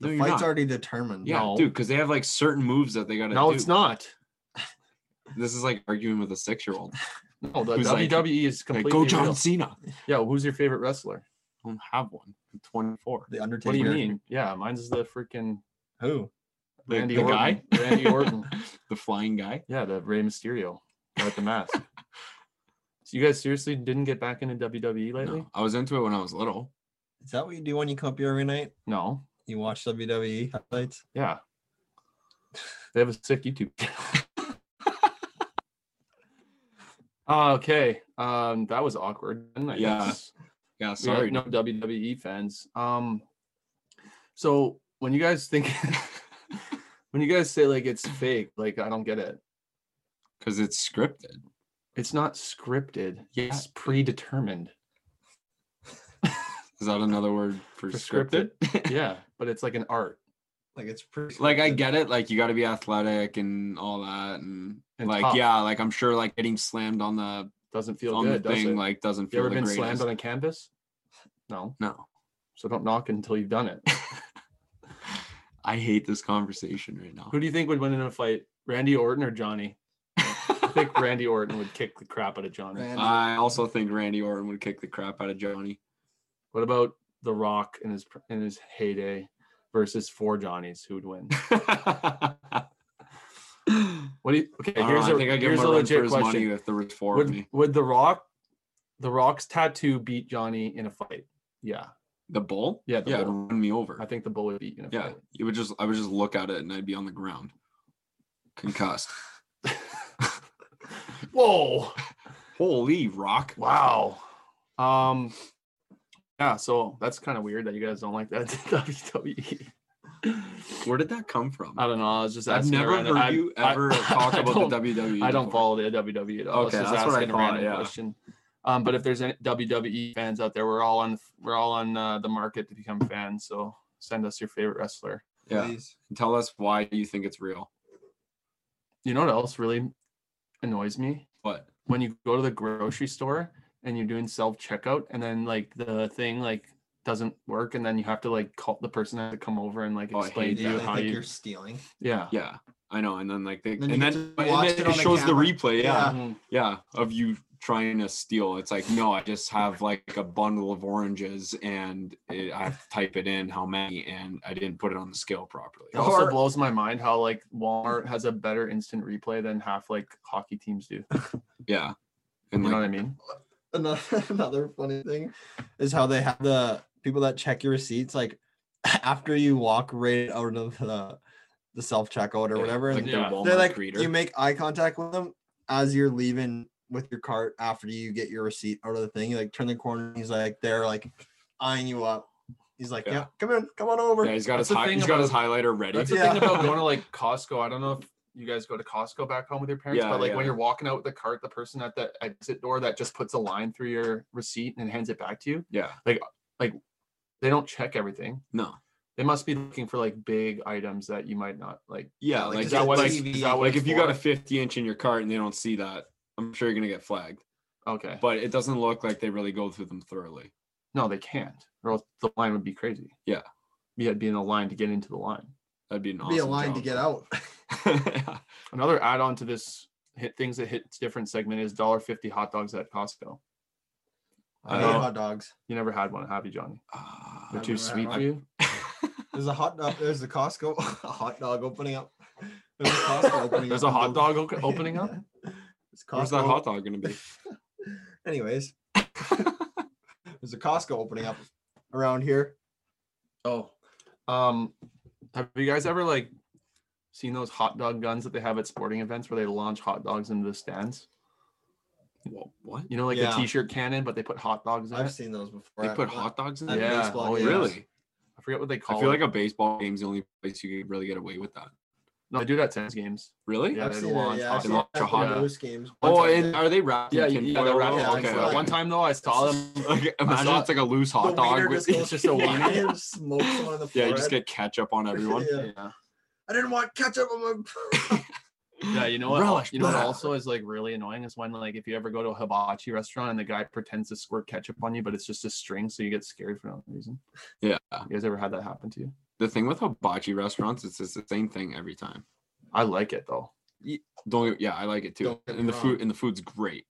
The
No, you're
fight's
not.
already determined.
Yeah,
No.
dude, because they have like certain moves that they gotta
No,
do.
it's not.
This is like arguing with a six-year-old.
No, the
Who's like-
WWE is
Like,
completely
go John
real.
Cena.
Yeah, who's your favorite wrestler?
I don't have one. I'm 24.
The Undertaker.
What do you mean? Yeah, mine's is the freaking
Who?
The,
Randy
the
Orton.
guy,
Randy Orton.
[laughs] the flying guy.
Yeah, the Rey Mysterio with the
[laughs]
mask. so you guys seriously didn't get back into WWE lately?
No, I was into it when I was little.
Is that what you do when you come up here every night?
No.
You watch WWE highlights?
Yeah. They have a sick YouTube.
[laughs]
channel. Uh, okay. Um, that was awkward. I
Yeah,
guess.
Yeah,
We are
sorry.
no WWE fans. Um, so when you guys think, [laughs] when you guys say like it's fake, like I don't get it.
because it's scripted.
It's not scripted.
Yeah.
It's predetermined.
Is that another word for,
For
scripted?
scripted?
[laughs]
Yeah, but it's like an art
Like it's pretty.
like I
scripted.
get it, like you got to be athletic and all that, and,
And
like
tough.
yeah, like I'm sure like getting slammed on the
doesn't feel
on
good.
the
does
thing
it?
like doesn't
you
feel
ever
the
been
greatest.
slammed on a canvas? No.
no, [laughs]
So don't knock it until you've done it.
I hate this conversation right now.
Who do you think would win in a fight, Randy Orton or Johnny? I
[laughs]
think Randy Orton would kick the crap out of Johnny.
Randy.
I also think Randy Orton would kick the crap out of Johnny. [laughs]
What about The Rock in his pr- in his heyday versus four Johnnies? Who would win? What do you? Okay,
I, don't
here's
know, Uh, I
a
think I give
here's
him
a
a run for
legit
his money
question.
if there was four of
Would,
me.
would The Rock, The Rock's tattoo beat Johnny in a fight? Yeah,
The bull?
Yeah, the
yeah,
bull.
it'd run me over.
I think the Bull would beat you in a
yeah,
fight.
you would just I would just look at it and I'd be on the ground,
[laughs]
concussed.
Whoa!
Holy rock!
Wow. Um. Yeah, so that's kind of weird that you guys don't like that [laughs] WWE.
Where did that come from?
I don't know. I was just
I've
asking
never
around.
heard
I-
you
[laughs] I-
ever talk
I
about
don't-
the WWE.
I don't
before.
follow the WWE at all.
Okay,
it's just
that's what I
asking a
thought,
random
yeah.
question. Um, but if there's any WWE fans out there, we're all on we're all on uh, the market to become fans. So send us your favorite wrestler.
Yeah,
Please.
tell us why you think it's real.
You know what else really annoys me?
What?
When you go to the grocery store and you're doing self checkout, and then like the thing like doesn't work, and then you have to like call the person has to come over and like
Oh, I
explain
hate
to
Yeah,
you
they
how
think
you
you're stealing.
yeah.
Yeah, I know. And then like they,
Then you
and
get
then,
to
and
watch
then
it
it,
on the
shows the
camera.
replay. Yeah,
Mhm.
yeah, of you trying to steal. It's like no, I just have like a bundle of oranges and it, I have to type it in how many, and I didn't put it on the scale properly.
It also
Or-
blows my mind how like Walmart has a better instant replay than half like hockey teams do. You
Yeah, and
know what I
like
mean?
Another, [laughs] another funny thing is how they have the people that check your receipts like [laughs] after you walk right out of the the self checkout or
yeah,
whatever,
like
and
the
Yeah.
Walmart
they're like
reader.
you make eye contact with them as you're leaving with your cart after you get your receipt out of the thing. You like turn the corner, and he's like they're like eyeing you up. He's like,
Yeah.
yeah, come in, come on over.
yeah, he's got
That's
his
the
hi-
thing
he's got his
about-
highlighter ready.
That's the
Yeah.
thing about going to like Costco. I don't know if you guys go to Costco back home with your parents,
Yeah,
but like
yeah.
when you're walking out with the cart, the person at the exit door that just puts a line through your receipt and hands it back to you,
[laughs] Yeah,
they don't check everything.
no.
They must be looking for like big items that you might not like.
Yeah,
like
like,
just
that
a
was like,
TV.
is that what
Like,
it's
if you
for?
got a
50 inch in your cart and they don't see that, I'm sure you're gonna get flagged.
Okay,
But it doesn't look like they really go through them thoroughly.
no, they can't, or else the line would be crazy.
Yeah.
yeah, be in a line to get into the line.
That'd be an awesome
be a line to
job,
get
though.
out. [laughs]
[laughs] Yeah.
Another add-on to this hit things that hit different segment is dollar fifty hot dogs at Costco.
I
I
hate
know.
hot dogs.
You never had one, have you, Johnny?
Ah,
They're
I've
too
never had
sweet for
one.
you.
There's a hot dog. There's the Costco [laughs] a hot dog opening up. There's a Costco opening
There's
up
a
in
hot
Duluth.
dog
[laughs]
o- opening up.
It's Costco.
Where's that hot dog gonna be?
Anyways, there's a Costco opening up around here.
Oh, um, have you guys ever like seen those hot dog guns that they have at sporting events where they launch hot dogs into the stands?
Wha- what?
You know, like
Yeah.
the t-shirt cannon, but they put hot dogs in
I've
it.
seen those before.
They
at-
put hot dogs in
at
there?
Yeah.
baseball
Oh,
Oh,
yeah.
games.
really?
I forget what they call.
I feel
it.
like a baseball game's the only place you could really get away with that.
no, they do that at tennis games.
Really?
Yeah,
I've
they
seen it.
launch
Yeah,
hot
I've seen
dogs.
it at
Hot-
the Blues games.
Oh,
time-
and are they wrapped?
Yeah,
in
you- yeah,
tinfoil
they're
at
wrapped
all?
in
yeah,
tinfoil.
okay,
like-
One
okay.
time though, I saw [laughs] them.
[laughs] Like, imagine
saw-
it's like a loose
The
hot dog
wiener
with
just goes-
just a
[laughs] yeah,
wiener.
and smokes one on the
[laughs] yeah, you
forehead.
just get ketchup on everyone.
Yeah.
Yeah.
I didn't want ketchup on my. [laughs]
Yeah, you know what? al-
Relish
you know what
that.
also is like really annoying is when like if you ever go to a hibachi restaurant and the guy pretends to squirt ketchup on you, but it's just a string, so you get scared for no reason.
Yeah.
You guys ever had that happen to you?
the thing with hibachi restaurants is it's the same thing every time.
I like it though.
Don't get- yeah, I like it too.
Don't get me
And the
wrong.
food and the food's great.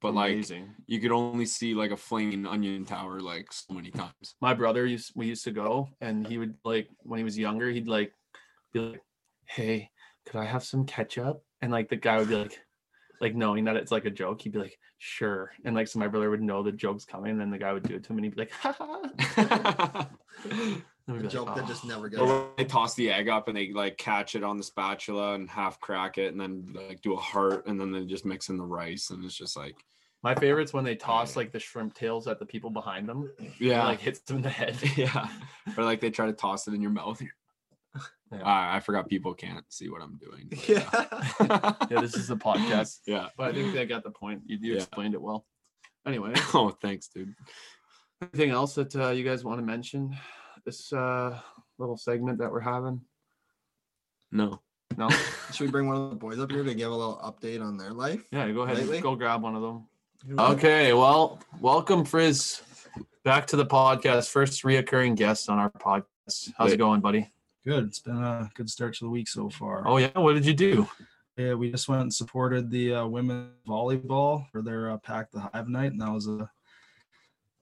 But like
Amazing.
you could only see like a flaming onion tower like so many times.
my brother used we used to go and he would like when he was younger he'd like be like hey could i have some ketchup and like the guy would be like like knowing that it's like a joke he'd be like sure and like so my brother would know the joke's coming and then the guy would do it to him and he'd be like [laughs] ha ha
A joke
"Ah."
that just never
Or
goes.
when they toss the egg up and they like catch it on the spatula and half crack it and then like do a heart and then they just mix in the rice and it's just like
my favorite's when they toss like the shrimp tails at the people behind them and,
yeah
like hits them in the head
yeah or like they try to toss it in your mouth.
Yeah.
Ah, I forgot people can't see what I'm doing. [laughs] but
[laughs] Yeah.
[laughs] yeah.
yeah this is the podcast
yeah.
but i think they got the point you, you
Yeah.
explained it well anyway
[laughs] Oh, thanks, dude.
Anything else that uh, you guys want to mention? This uh, little segment that we're having?
No.
No.
[laughs] Should we bring one of the boys up here to give a little update on their life?
Yeah, go ahead. and
Lately?
Go grab one of them. Okay. Well, welcome, Frizz, back to the podcast. First reoccurring guest on our podcast. How's
Wait.
it going, buddy?
Good. It's been a good start to the week so far.
Oh yeah. What did you do?
Yeah, we just went and supported the uh, women volleyball for their uh, pack the hive night, and that was a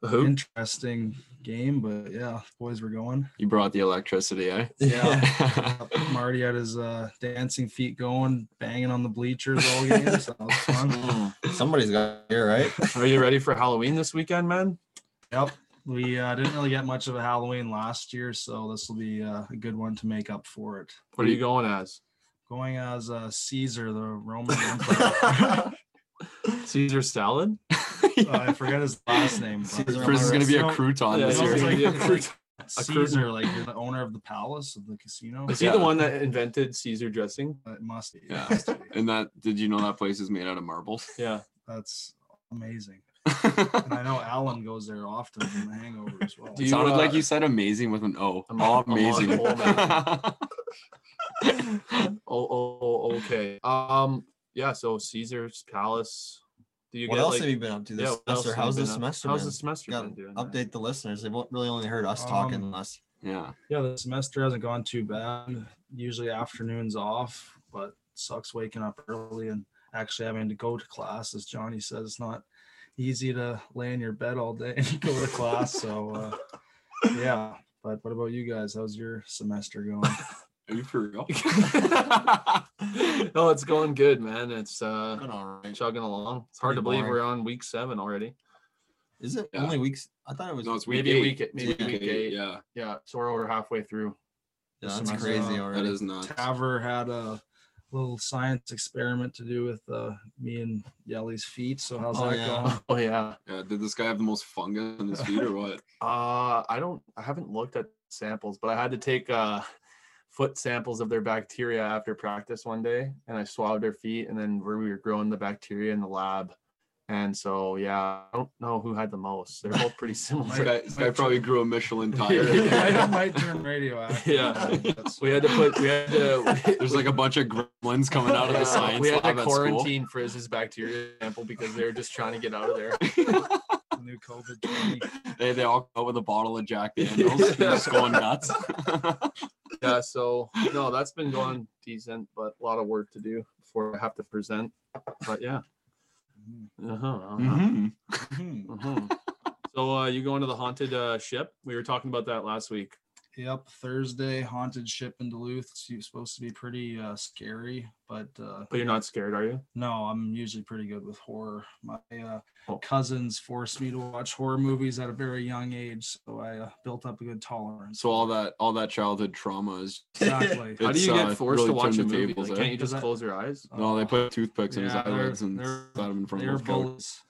The hoop.
interesting game. But yeah, boys were going.
You brought the electricity, eh? [laughs]
Yeah.
Yeah.
Marty had his uh, dancing feet going, banging on the bleachers all game. So that was fun.
[laughs]
Mm.
Somebody's got here, right?
Are you ready for Halloween this weekend, man?
Yep. We uh, didn't really get much of a Halloween last year, so this will be uh, a good one to make up for it.
What are you going as?
Going as uh, Caesar, the Roman
[laughs]
[laughs]
emperor.
Caesar salad.
Uh, [laughs] I forget his last name. but-
Frizz is gonna be a
So-
crouton
Yeah,
this
so
year.
it's like- it's like
cruiser.
Caesar, like you're the owner of the palace of the casino.
Is he the one that invented Caesar dressing?
It must be.
Yeah. and that did you know that place is made out of [laughs] marbles?
Yeah.
That's amazing. And I know Alan goes there often in the hangover as well.
Do
it
you,
sounded like
uh,
you said amazing with an O.
I'm on- I'm on
amazing. [laughs]
pole, oh, oh, oh, okay. Um, yeah. So Caesar's Palace. Do you
What
get
else
like?
have you been up to
what
this
else
semester?
have
How's
you
the
been up-
semester?
How's
been?
the semester
Got
been doing? man?
update the listeners. They've o- really only heard us talking
Um,
unless
yeah.
Yeah, the semester hasn't gone too bad. Usually afternoons off, but sucks waking up early and actually having to go to class. As Johnny says, it's not easy to lay in your bed all day and [laughs] go to class. So, uh, yeah. But what about you guys? How's your semester going?
Are you for real?
[laughs] no, it's going good, man. It's uh
Been all right.
chugging along. It's hard to
Pretty
believe
boring.
we're on week seven already.
Is it
Yeah.
only weeks? I thought it was.
no, it's week
Maybe
eight.
week maybe
Yeah.
week eight. Yeah.
Yeah,
so we're over halfway through. [laughs]
Yeah,
this
that's
semester.
crazy
Uh,
already.
that is not.
Taver had a little science experiment to do with uh, me and Yelly's feet. So how's
Oh,
that
[laughs]
yeah.
going?
Oh yeah.
Yeah, did this guy have the most fungus on his feet
[laughs]
or what?
Uh I don't I haven't looked at samples, but I had to take uh foot samples of their bacteria after practice one day and I swabbed their feet and then we were growing the bacteria in the lab. And so yeah, I don't know who had the most. They're both pretty [laughs] similar.
This guy, this guy probably grew
[laughs]
a Michelin tire.
Yeah.
I might turn radioactive.
Yeah.
That's-
[laughs] We had to put. We had to.
[laughs] There's like a bunch of gremlins coming out of the
Yeah,
science
We had
lab
to
at school.
quarantine Frizz's bacteria sample because they were just trying to get out of there.
new COVID. 20.
[laughs] They, they all go out with a bottle of Jack
[laughs]
Daniels, and just going nuts.
Yeah. So no, that's been going decent, but a lot of work to do before I have to present. But yeah. Uh huh. Uh-huh.
Mhm.
[laughs]
Mhm.
uh-huh. So uh, you going to the haunted uh, ship? We were talking about that last week.
Yep, Thursday haunted ship in Duluth. It's supposed to be pretty uh, scary, but uh,
But you're not scared, are you?
No, I'm usually pretty good with horror. My uh,
Oh.
cousins forced me to watch horror movies at a very young age, so I uh, built up a good
[laughs]
tolerance.
So all that all that childhood trauma is.
exactly.
How do
It's,
you
uh,
get forced
really
to watch a
turned the
movie?
tables,
Like,
eh?
can't you just
Is that-
close your eyes?
No, they put toothpicks in his
Yeah, they're-
eyelids and
they're-
sat him in front
they were
of the couch.
bullies,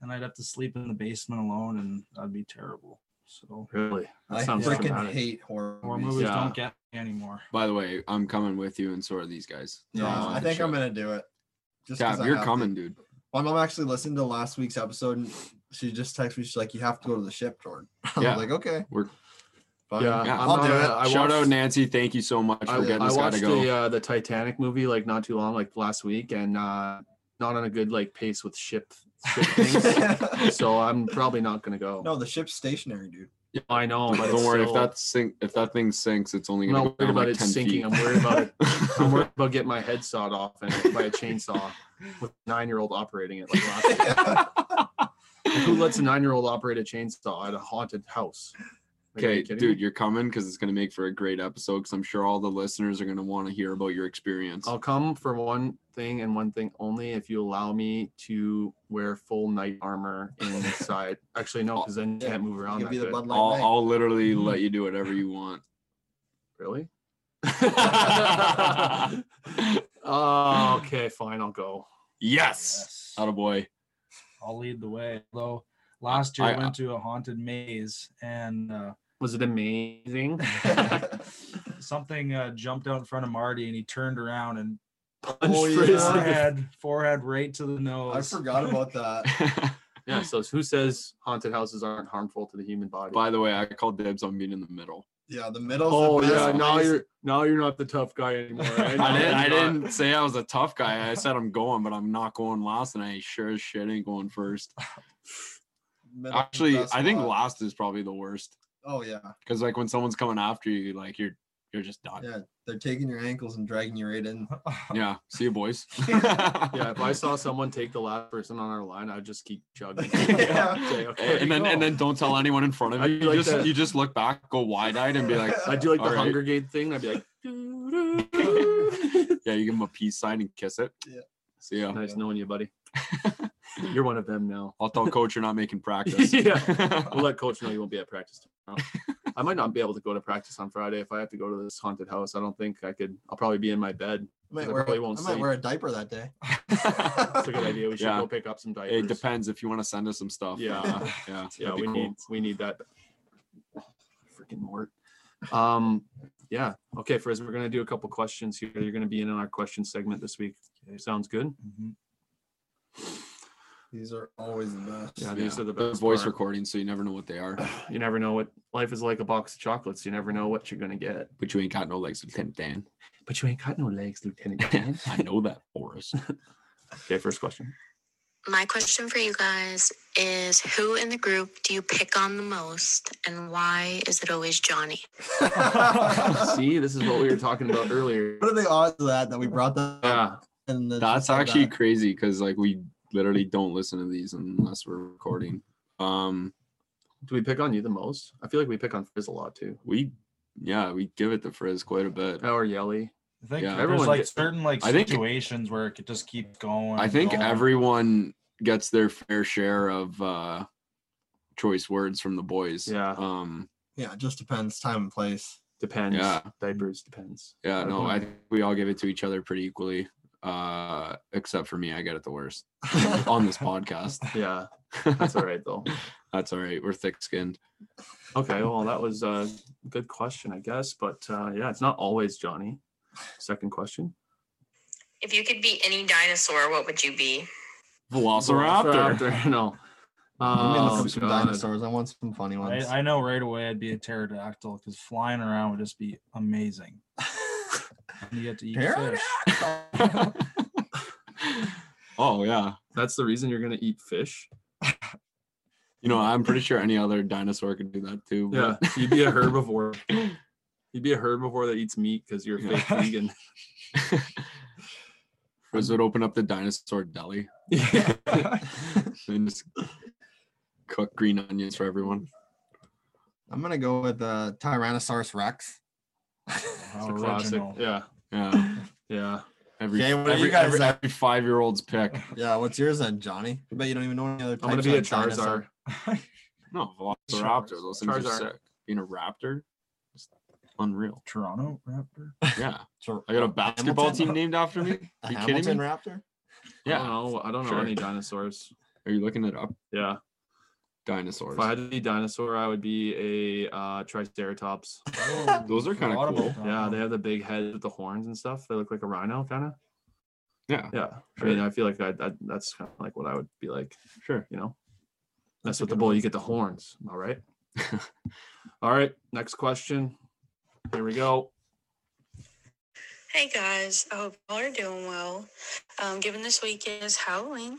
and I'd have to sleep in the basement alone, and that'd be terrible. So
Really? That
I
sounds
freaking
traumatic.
hate horror
horror
movies.
movies
Yeah.
don't get me anymore.
By the way, I'm coming with you, and so are these guys. They're
Yeah,
all on
I
the
think I'm
ship.
gonna do it. Just 'cause
Cap,
I
you're
have to.
coming, dude.
My mom actually listened to last week's episode, and she just texted me. She's like, "You have to go to the ship, Jordan." [laughs] I
Yeah.
was like, "Okay."
We're-
Fine.
Yeah,
Yeah.
I'll
I'm
do
not-
it.
I
Shout out
watched-
Nancy, thank you so much
I,
for getting
I
this guy
watched
to go.
the uh, the Titanic movie like not too long, like last week, and uh, not on a good like pace
[laughs]
[laughs]
with ship, ship things. so I'm probably not gonna go.
no, the ship's stationary, dude.
Yeah, I know, but
Don't worry. If
that's.
that sink, if that thing sinks, it's only
I'm
gonna
not worried
go down
about
like
it
10
sinking.
feet.
I'm worried about
[laughs]
it. I'm worried about getting my head sawed off and by a chainsaw with a nine-year-old operating it. Like last year. Like, who lets a nine-year-old operate a chainsaw at a haunted house? Like, are you
Okay,
kidding
dude,
me?
you're coming because it's gonna make for a great episode. Because I'm sure all the listeners are gonna want to hear about your experience.
I'll come for one thing and one thing only if you allow me to wear full knight armor
[laughs]
inside. Actually,
Oh,
no, because then you can't move around.
You'll
That
be the
good.
Bud Light
I'll,
Knight.
I'll
[laughs]
literally let you do whatever you want. [laughs]
[laughs]
Really? [laughs] oh, okay, fine. I'll go.
Yes, out of [laughs] boy.
I'll lead the way. Though last year I,
I- uh,
went to a haunted maze and uh,
Was it amazing? [laughs]
something uh, jumped out in front of Marty and he turned
[laughs]
around and
Punch
[laughs] Oh,
for his
yeah.
head.
forehead, forehead right to
[laughs]
the
I
nose.
forgot about that.
Yeah, so who says haunted houses aren't harmful to the human body?
By the way, I called dibs on being in the middle.
Yeah, the middle's
oh
the best
yeah, now
place.
you're now you're not the tough guy
[laughs]
anymore. right?
I
Now
didn't.
you're
I
not.
didn't [laughs] say I was a tough guy. I said I'm going, but I'm not going last, and I sure as shit ain't going first.
Middle's the
Actually,
best
I think
spot.
last is probably the worst
Oh yeah,
because like when someone's coming after you, like you're you're just done.
yeah. They're taking your ankles and dragging you right
[laughs]
in.
Yeah. See you, boys.
[laughs]
[laughs]
Yeah, if I saw someone take the last person on our line, I'd just keep chugging.
[laughs] Yeah.
Say, [laughs] [laughs]
A-
okay.
And then and then don't tell anyone in front of
I
you.
do
You
like
just
that.
you just look back, go wide eyed, and be
[laughs]
like,
I do like the
All right.
Hunger Games thing. I'd be like,
[laughs] yeah, you give them a peace sign and kiss it.
Yeah.
See ya.
nice knowing you, buddy. [laughs] You're one of them now.
I'll tell coach you're not making
[laughs]
practice. [laughs]
yeah, [laughs] we'll let coach know you won't be at practice tomorrow. I might not be able to go to practice on Friday if I have to go to this haunted house. I don't think I could. I'll probably be in my bed.
I might,
I
wear,
probably won't
I might
sleep.
wear a diaper that day.
That's a good idea. We should
Yeah.
go pick up some diapers.
It depends if you want to send us some stuff.
Yeah. [laughs]
uh, yeah,
Yeah,
that'd be
we
cool.
need we need that. Freaking Mort. Um, yeah. Okay, Friz, we're gonna do a couple questions here. You're gonna be in on our question segment this week. Sounds good.
Mhm.
These are always the best.
Yeah, these
Yeah.
are the
They're
best
voice
part.
recordings, so you never know what
[laughs]
they are.
You never know what life is like. A box of chocolates. You never know what you're gonna get.
But you ain't got no legs, Lieutenant Dan.
But you ain't got no legs, [laughs] Lieutenant. Dan.
I know that,
[laughs]
Boris.
okay, first question.
My question for you guys is who in the group do you pick on the most and why is it always Johnny?
[laughs] what
See, this is what we were talking about earlier.
are the odds of that that we brought that? up
Yeah,
and then
That's
she said
actually
that?
crazy because like we literally don't listen to these unless we're recording. Um,
do we pick on you the most? I feel like we pick on Friz a lot too. Oh,
we yeah, we give it to Frizz quite a bit.
Or Yelly.
I think
Yeah.
there's
Everyone
like
gets-
certain like
I think-
situations where it could just keep going.
I think
going.
everyone gets their fair share of uh choice words from the boys.
Yeah.
Um
Yeah, it just depends time and place.
Depends.
Yeah.
Diapers depends.
yeah, no, I
Everyone-
think we all give it to each other pretty equally. Uh except for me, I get it
[laughs]
the worst on this podcast.
Yeah, that's all right though.
[laughs] That's all right. We're thick skinned.
Okay, well, that was a good question, I guess. But uh, yeah, it's not always Johnny. Second question.
If you could be any dinosaur, what would you be?
Velociraptor.
Velociraptor, [laughs] No.
Let me look
Oh,
up some
God.
dinosaurs. I want some funny ones.
I, I know right away I'd be a pterodactyl because flying around would just be amazing. And you get to eat fish.
[laughs] oh yeah.
That's the reason you're gonna eat fish.
You know, I'm pretty sure any other dinosaur could do that too.
Yeah,
but-
you'd be a herbivore. You'd be a herbivore that eats meat because you're
Yeah.
[laughs] fake vegan.
[laughs] Frizz would open up the dinosaur deli and just cook green onions for everyone.
I'm gonna go with uh, Tyrannosaurus Rex.
How Uh-huh.
It's a classic.
original.
Yeah,
Yeah.
yeah.
Every
Okay, what do you
every,
guys
every,
have?
every five year old's pick.
[laughs] yeah, what's yours then, Johnny? I bet you don't even know any other.
I'm gonna
types
be a
of dinosaur.
Charizard.
No, Velociraptor. Those things
Charizard.
are sick. Being a raptor, just
[laughs]
unreal.
[laughs] Toronto Raptor.
Yeah.
Char-
I got a basketball
Hamilton?
team named after
[laughs]
me.
A
Are you
Hamilton
kidding me?
Raptor.
I don't
Yeah.
know. I don't know
Sure.
any dinosaurs.
Are you looking it up?
Yeah.
Dinosaurs.
If I had to be dinosaur, I would be a uh, triceratops.
[laughs] Those are kinda
Forgot about
cool.
that.
Yeah, they have the big head with the horns and stuff. They look like a rhino, kind of.
Yeah.
Yeah, I mean, I feel like I, I, that's kind of like what I would be like.
Sure.
You know, that's
That's a
with the
good
bull.
one.
You get the horns. All
[laughs]
right. all right. Next question. Here we go.
Hey guys, I hope y'all are doing well. Um, given this week is Halloween,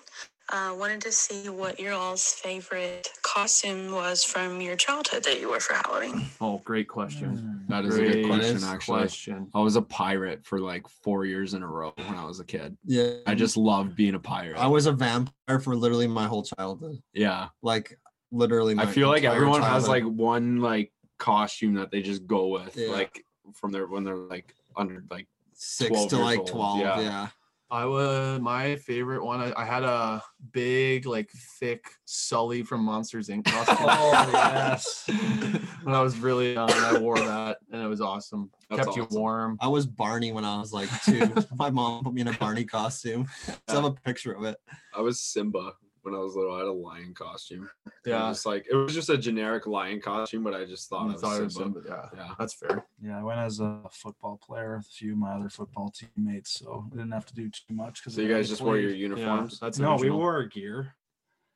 Uh, wanted to see what your all's favorite costume was from your childhood that you wore for Halloween.
Oh, great question.
That is a good
Great
question, actually.
question.
I was a pirate for like four years in a row when I was a kid.
Yeah.
I just loved being a pirate.
Mm-hmm. I was a vampire for literally my whole childhood.
yeah.
Like literally my
I feel like
entire
everyone has like
childhood.
one like costume that they just go with,
Yeah.
like from their when they're like under like
six
12
to
years
like
old,
12.
yeah.
yeah.
I was my favorite one. I, I had a big, like, thick Sully from Monsters Inc.
[laughs]
costume.
[laughs] Oh yes.
[laughs] when I was really young, I wore that, and it was awesome.
That's
Kept you
awesome.
warm.
I was Barney when I was like
[laughs]
two. my mom put me in a Barney costume. [laughs] I still have a picture of it.
I was Simba when I was little. I had a lion costume. It was
Yeah,
Just like it was just a generic lion costume, but I just
I
thought, I was
thought it was
Simba.
Simba. Yeah,
Yeah.
that's fair.
Yeah, I went as a football player with a few of my other football teammates, so I didn't have to do too much because
So you guys just wore your uniforms?
that's
no, we
original.
wore our gear,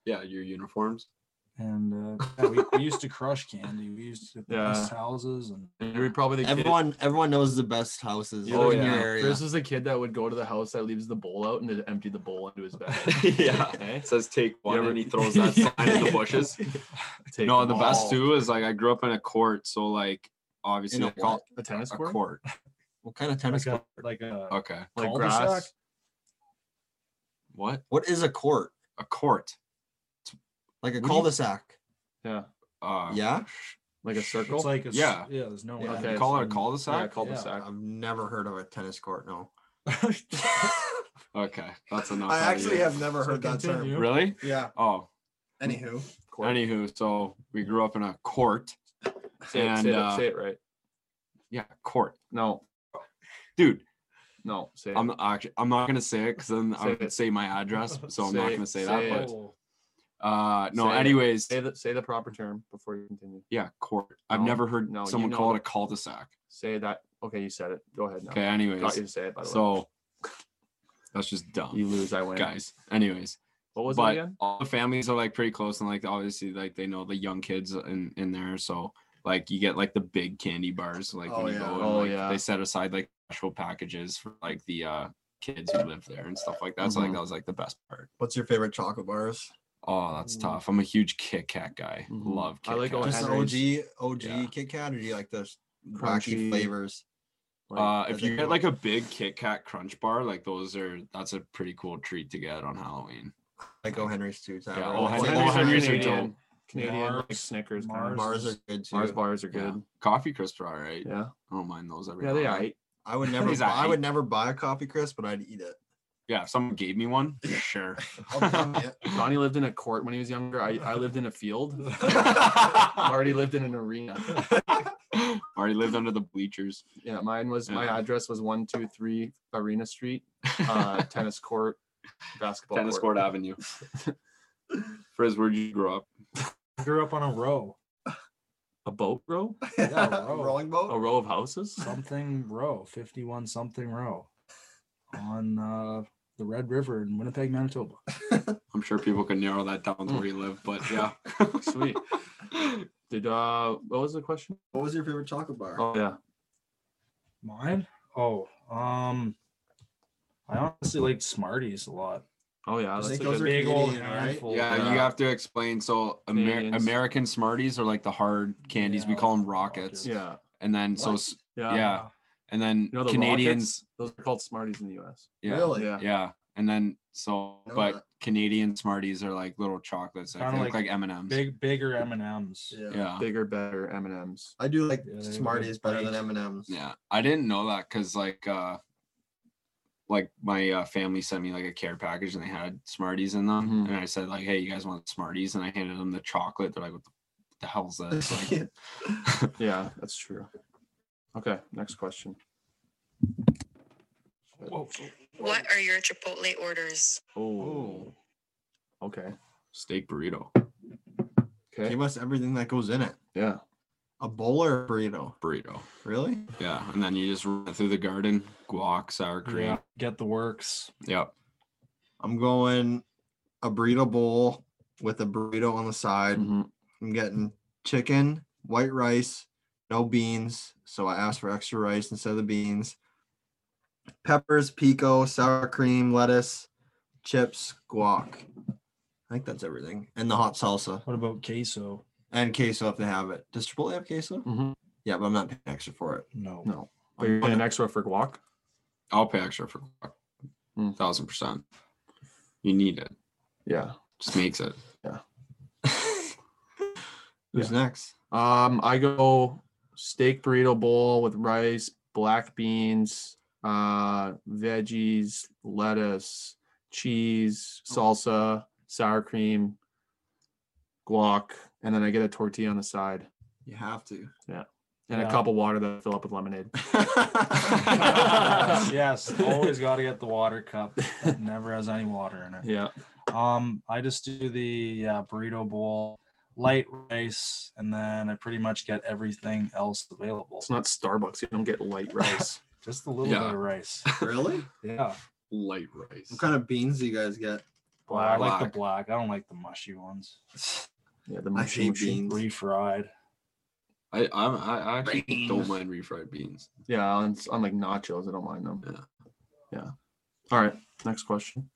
Yeah, your uniforms.
and uh, yeah, we, we used to crush candy. We used to
Yeah.
pass houses, and
And we probably the kid-
Everyone everyone knows the best houses
Yeah,
Oh,
in
yeah.
your area.
Chris was the kid that would go to the house that leaves the bowl out and then empty the bowl into his bag.
[laughs] yeah.
Eh?
It says take one
ever-
and
[laughs]
he throws that sign in the bushes.
Take
no,
them
the best
all.
too is like I grew up in a court, so like obviously
In a
they call
what?
it
A tennis
a
court,
court.
What kind of tennis
like a
court?
like a
Okay.
like
cul-de-sac?
grass.
What?
What is a court?
A court.
Like
What
a
do you-
cul-de-sac.
Yeah,
Uh,
yeah?
like a circle.
It's like a, s-
Yeah.
yeah. There's no
Yeah,
end.
okay.
You call it a cul-de-sac?
yeah, cul-de-sac.
I've never heard of a tennis court, [laughs] no.
Okay, that's enough.
I
out of
actually
you.
have never
So
heard that term.
continue.
Really?
Yeah.
Oh,
Anywho.
anywho, so we grew up in a court.
Say, it,
And,
say, it,
uh,
say it right.
Yeah, court.
No,
Dude,
no. Say it.
I'm actually I'm not gonna say it because then I
Say
would
it.
say my
[laughs]
address, so I'm
Say
not
it,
gonna say,
say
that.
it.
But uh,
Say
no,
it.
anyways,
say the say the proper term before you continue.
yeah, court. I've
No,
never heard
no, you
someone
know
call it
the-
a cul-de-sac.
Say that. Okay, you said it. Go ahead now.
Okay,
Got you
anyways,
to say it by the way.
so that's just dumb,
You lose, I win.
guys. Anyways,
What was
but
it again?
all the families are like pretty close and like obviously like they know the young kids in in there so like you get like the big candy bars like
Oh,
when you
yeah.
go and
Oh,
like
yeah.
they set aside like actual packages for like the uh kids who live there and stuff like that so like
Mhm.
that was like the best part
What's your favorite chocolate bars?
oh that's
Mm.
tough i'm a huge kit kat guy
Mhm.
love
I
kit
like
Kat.
Oh,
Just the
Henry's.
OG OG
Yeah.
Kit Kat, or do you like the
Crunchy.
wacky flavors?
uh,
Like,
if
I
you
think-
get like a big Kit Kat Crunch bar, like those are that's a pretty cool treat to get on Halloween.
Like O Henry's too. is that
Yeah,
right?
O.
It's
Henry's-
like
O. Henry's are
Canadian,
dope.
Canadian like
Mars-
Snickers. kinda.
Mars
Mars
is-
are good too.
Mars bars are
Yeah.
good.
Coffee crisps are alright.
Yeah,
I don't mind those every.
yeah,
now
they
and
are.
then. [clears throat]
Right.
I would never.
These
Buy,
are
I would
eight.
never buy a coffee crisp, but I'd eat
[laughs]
it.
Yeah, if someone gave me one,
[laughs]
for sure.
I'll give you it.
Johnny lived in a court when he was younger. I, I lived in a
[laughs]
field.
already,
Already lived in an arena.
[laughs] already lived under the bleachers.
Yeah, mine was
Yeah.
my address was one two three Arena Street,
[laughs]
uh, tennis court, basketball
Tennis
[laughs]
court avenue. Frizz, where'd you grow up?
I grew up on a
[laughs]
row,
a boat row,
Yeah, row.
rolling
a
Oh,
boat.
row of houses.
something row, fifty-one something row, on uh, the Red River in Winnipeg, Manitoba.
I'm sure people can narrow that down to where you live,
[laughs]
but yeah.
Mm. Sweet. Did uh, what was the question?
What was your favorite chocolate bar?
Oh yeah,
Mine? Oh, um, I honestly liked Smarties a lot.
oh yeah,
I
that's a
think those
good.
are
Big old uh,
Canadian, right?
handful.
Yeah, you have to explain. So Amer-
Canadians.
American Smarties are like the hard candies. we
Yeah,
call them rockets.
yeah,
And then so
What?
s-
yeah,
Yeah. and then
You know the
Canadians.
Those are called Smarties in the U.S.
Yeah,
Really?
Yeah.
Yeah. And then so,
Know
but
that.
Canadian Smarties are like little chocolates. I think
Kinda
like,
like
M and M's.
Big, bigger M and M's.
Yeah.
Yeah.
Bigger, better M and M's.
I do like
Yeah, they're
Smarties
good.
better than M and M's. [laughs]
Yeah, I didn't know that because like uh like my uh, family sent me like a care package and they had Smarties in them,
Mhm.
and I said like, "Hey, you guys want Smarties?" And I handed them the chocolate. They're like, "What the, what the hell's that?"
[laughs]
Like,
Yeah, that's true. Okay, next question.
Whoa.
What are your Chipotle orders?
Oh, okay,
steak burrito,
okay,
Give us everything that goes in it.
yeah.
A bowl or a burrito?
burrito.
Really?
Yeah, and then you just run it through the garden, guac, sour cream.
Yeah, get the works.
Yep.
I'm going a burrito bowl with a burrito on the side.
Mm-hmm.
Mhm.
I'm getting chicken, white rice, no beans. So I asked for extra rice instead of the beans. Peppers, pico, sour cream, lettuce, chips, guac. I think that's everything. And the hot salsa
What about queso?
and queso if they have it. Does Chipotle have queso?
Mm-hmm.
Mhm.
Yeah, but I'm not paying extra for it. [laughs]
No.
No. But you're paying extra for guac.
I'll pay extra for guac.
Mm.
Thousand percent. You need it.
Yeah.
Just makes it.
Who's next?
Um, I go steak burrito bowl with rice, black beans, uh, veggies, lettuce, cheese, salsa, sour cream, guac, and then I get a tortilla on the side
You have to.
and
Yeah.
a cup of water that I fill up with lemonade.
[laughs]
yes, always got to get the water cup that never has any water in it.
Yeah.
Um, I just do the uh, burrito bowl, light rice, and then I pretty much get everything else available.
It's not Starbucks. You don't get light
[laughs]
rice.
Just a little bit
Yeah.
of rice.
really?
Yeah,
Light rice.
What kind of beans do you guys get?
black. I like the
Black.
black. I don't like the mushy ones.
yeah, the
I
mushy,
hate
mushy.
beans.
Refried.
I I'm, I I actually
Beans.
don't mind refried beans.
Yeah, on, on like nachos, I don't mind them.
Yeah.
Yeah. All right. Next question.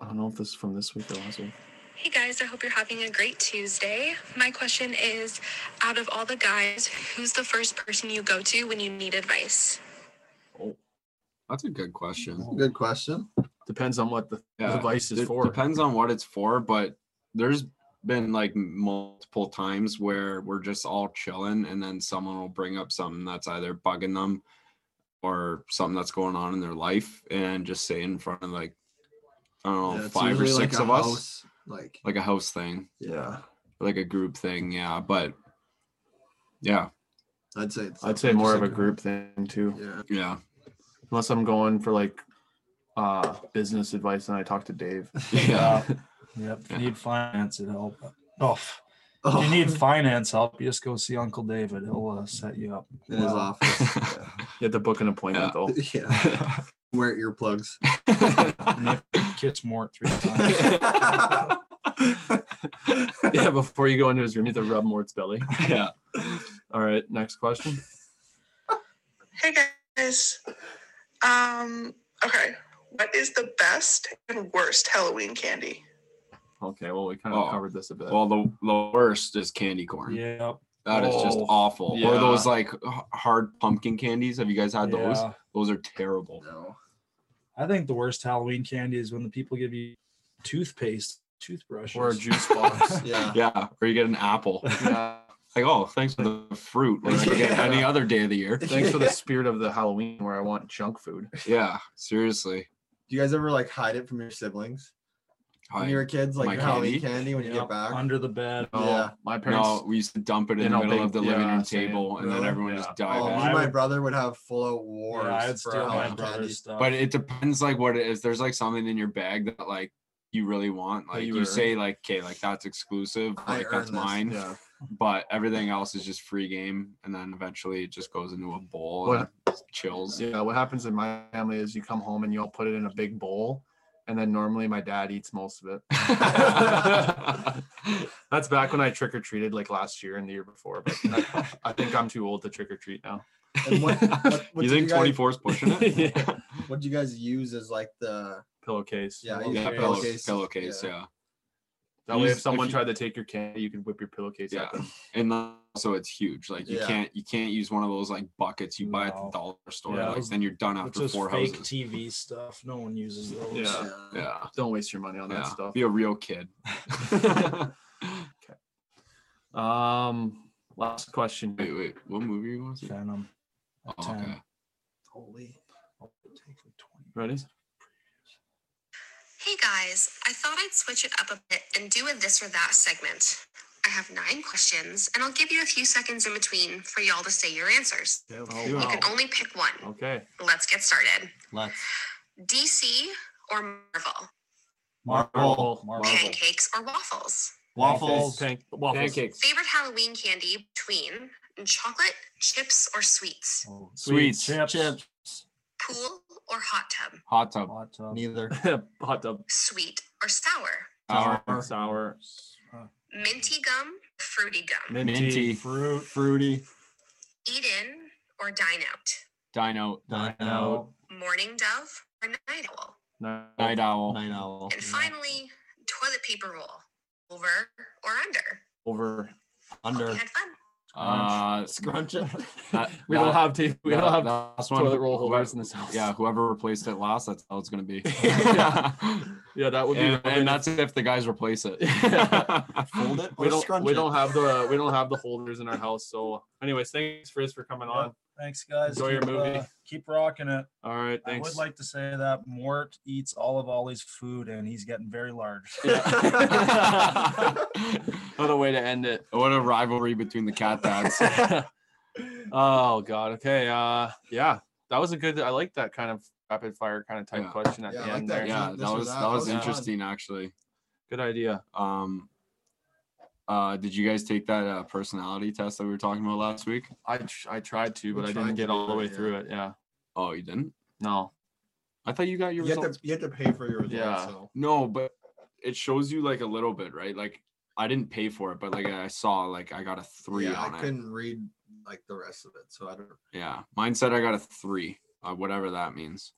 I don't know if this is from this week or last week.
Hey guys, I hope you're having a great Tuesday. My question is out of all the guys, who's the first person you go to when you need advice?
That's a good question.
Good question.
Depends on what the
Yeah,
device is
it
for.
Depends on what it's for, but there's been like multiple times where we're just all chilling and then someone will bring up something that's either bugging them or something that's going on in their life and just say in front of like I don't know,
Yeah, it's
five or
usually like
six
a
of us.
house, Like
Like a house thing.
Yeah.
Like a group thing, yeah. But yeah,
I'd say it's
I'd say more of a group thing too.
Yeah.
yeah.
[laughs]
Unless I'm going for like uh business advice and I talk to Dave.
Yeah.
Yep. If you
Yeah.
need finance it help. Oh, if
Oh,
you
[laughs]
need finance help, you just go see Uncle David. He'll uh, set you up.
in his
Well,
office.
You have to book an appointment though. [laughs]
[laughs] yeah. Wear earplugs.
Kiss Mort three times.
[laughs] yeah, before you go into his room, you have to rub Mort's belly.
[laughs] yeah.
All right, next question.
Hey guys. Um, okay. What is the best and worst Halloween candy?
Okay, well, we kind of
Oh.
covered this a bit.
Well, the, the worst is candy corn.
yep.
That is just
Oh,
awful. Or
yeah.
those like h- hard pumpkin candies. Have you guys had those?
Yeah.
Those are terrible.
no.
I think the worst Halloween candy is when the people give you toothpaste, toothbrushes.
or a juice
[laughs]
box.
Yeah.
Yeah. Or you get
[laughs]
an apple.
yeah.
like, oh, thanks for the fruit. Like you get
Yeah.
any other day of the year.
Thanks for the spirit of the Halloween where I want junk food.
Yeah. Seriously.
Do you guys ever like hide it from your siblings when
I-
you were kids? Like
my
your Halloween
candy?
candy when you
Yep,
get back.
under the bed.
No,
Yeah.
Oh, my parents.
no, we used to dump it
They
in the
don't
middle
think-
of the living
yeah,
room
same.
table and then
Really?
everyone
Yeah.
just
oh,
dived
me
in.
I
and my
would-
brother would have full out wars
Yeah, I'd
for
steal my
Halloween
brother's
candy.
stuff.
But it depends like what it is. There's like something in your bag that like you really want.
That
Like
you
you,
earned.
say like, okay, like that's exclusive.
I
Like that's
earned this.
mine.
Yeah.
but everything else is just free game and then eventually it just goes into a bowl
What-
and chills [laughs]
Yeah. What happens in my family is you come home and you all put it in a big bowl, and then normally my dad eats most of it.
[laughs]
That's back when I trick or treated like last year and the year before. But I, I think I'm too old to trick or treat now.
[laughs]
[laughs]
And what, what, what
you
did
think
guys-
24 is pushing it
Yeah.
What do you guys use as like the
Pillowcase.
yeah, I use
[laughs] yeah
the
pillow-
pillowcase.
pillowcase, yeah,
That way,
Use-
if
if
someone
you-
tried to take your candy, you could whip your pillowcase
yeah
at them.
and then also it's huge like you
Yeah.
can't you can't use one of those like buckets you buy at the
No.
dollar store
Yeah,
like
those-
then you're done
It's
after
just
four
fake
houses
TV stuff. No one uses those.
Yeah.
yeah.
yeah
Don't waste your money on that
yeah
stuff.
be a real
[laughs]
kid [laughs]
Um, last question.
wait wait what movie was it
Venom. At
oh,
10.
okay
Holy.
I'll take Oh, the 20.
Ready?
Hey guys, I thought I'd switch it up a bit and do a this or that segment. I have nine questions, and I'll give you a few seconds in between for y'all to say your answers.
Oh,
You can
wow.
only pick one.
Okay.
Let's get started.
Let's.
DC or Marvel?
Marvel.
Marvel.
Pancakes or waffles?
Waffles.
Panc- waffles.
pancakes
Favorite Halloween candy between chocolate, chips, or sweets?
Oh,
Sweets.
Chips.
Chips.
Pool or hot tub?
hot tub
Hot tub.
[laughs]
Neither.
Hot tub.
Sweet or sour?
sour
Sour. Sour.
Uh,
Minty gum, fruity gum?
Minty.
Minty.
Fruit. Fruity.
Eat in or dine out?
dino
Dine
Dino.
out.
Morning dove or night owl?
Night owl.
Night owl.
And finally, toilet paper roll. Over or under?
Over.
Hope
Under.
you had fun.
Uh,
[laughs] Scrunch it. [laughs]
That-
we don't
uh, that-
have t- we
that-
don't have
that's
toilet
one-
roll
whoever-
holders in this house.
Yeah, whoever replaced it last, that's how it's gonna
[laughs]
be. [laughs]
yeah, [laughs] yeah, that would be.
and, and that's if the guys replace it.
[laughs] Fold it. Or
we don't
scrunch
we
it.
don't have the we don't have the holders in our house. So, anyways, thanks Frizz for coming on.
Thanks, guys.
Enjoy your
Keep,
movie.
uh, keep rocking it.
All right,
I
thanks.
would like to say that Mort eats all of Ollie's food, and he's getting very large. [laughs]
[laughs]
Yeah. what a way to end [laughs] it.
[laughs] what a rivalry between the cat
[laughs]
dads.
oh God. Okay. Uh, yeah, that was a good. I like that kind of rapid fire kind of type
Yeah.
question at
Yeah, I
the
like
end
that.
there.
yeah,
This
that
or
was
that,
that
that
was
was fun.
interesting actually.
Good idea.
Um uh did you guys take that uh, personality test that we were talking about last week?
I tr- I tried to, but
We
I
tried to
didn't get
do
all the
it,
way
yeah.
through it. Yeah.
Oh, you didn't?
No.
I thought you got your
You have,
results.
to, you have to pay for your results.
Yeah.
So.
No, but it shows you like a little bit, right? Like I didn't pay for it, but like I saw like I got a 3
yeah,
on
I
it.
couldn't read like the rest of it, so I don't.
Yeah. Mine said I got a 3, uh, whatever that means.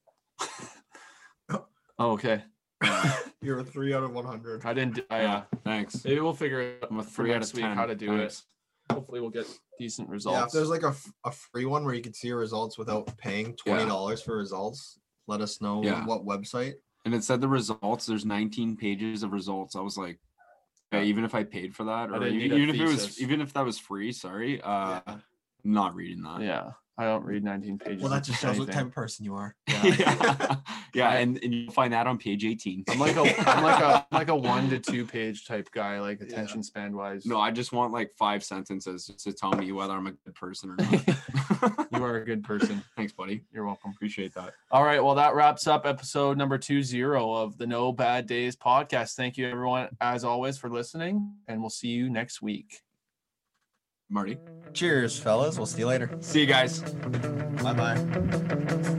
Oh, okay.
[laughs]
[laughs] You're a three out of one hundred.
I didn't. do- I, uh,
Thanks.
maybe we'll figure it
I'm a
out for
three out
next
of
week
10.
how to do it.
Thanks.
Hopefully, we'll get decent
Yeah, if
results.
there's like a, f- a free one where you can see your results without paying twenty dollars for results, let us know
Yeah.
what website.
And it said the results. There's 19 pages of results. I was like, okay, even if I paid for that,
I
or
didn't need a
even, even if it was,
thesis.
even if that was free, sorry, uh,
Yeah.
not reading that.
Uh, yeah, I don't read 19 pages.
Well, that
of
just shows what
anything.
type of person you [laughs] are.
[laughs]
[laughs]
yeah, Yeah, and, and you find that on page 18.
I'm like
[laughs]
a I'm like
[laughs]
a I'm like a one to two page type guy, like attention span wise.
No, I just want like five sentences just to tell me whether I'm a good person or
[laughs]
not. [laughs]
you are a good person.
Thanks, buddy.
You're welcome.
Appreciate that.
All right. Well, that wraps up episode number two zero of the No Bad Days podcast. Thank you, everyone, as always, for listening, and we'll see you next week.
Marty.
Cheers, fellas. We'll see you later.
See you guys.
Bye bye.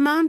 Mom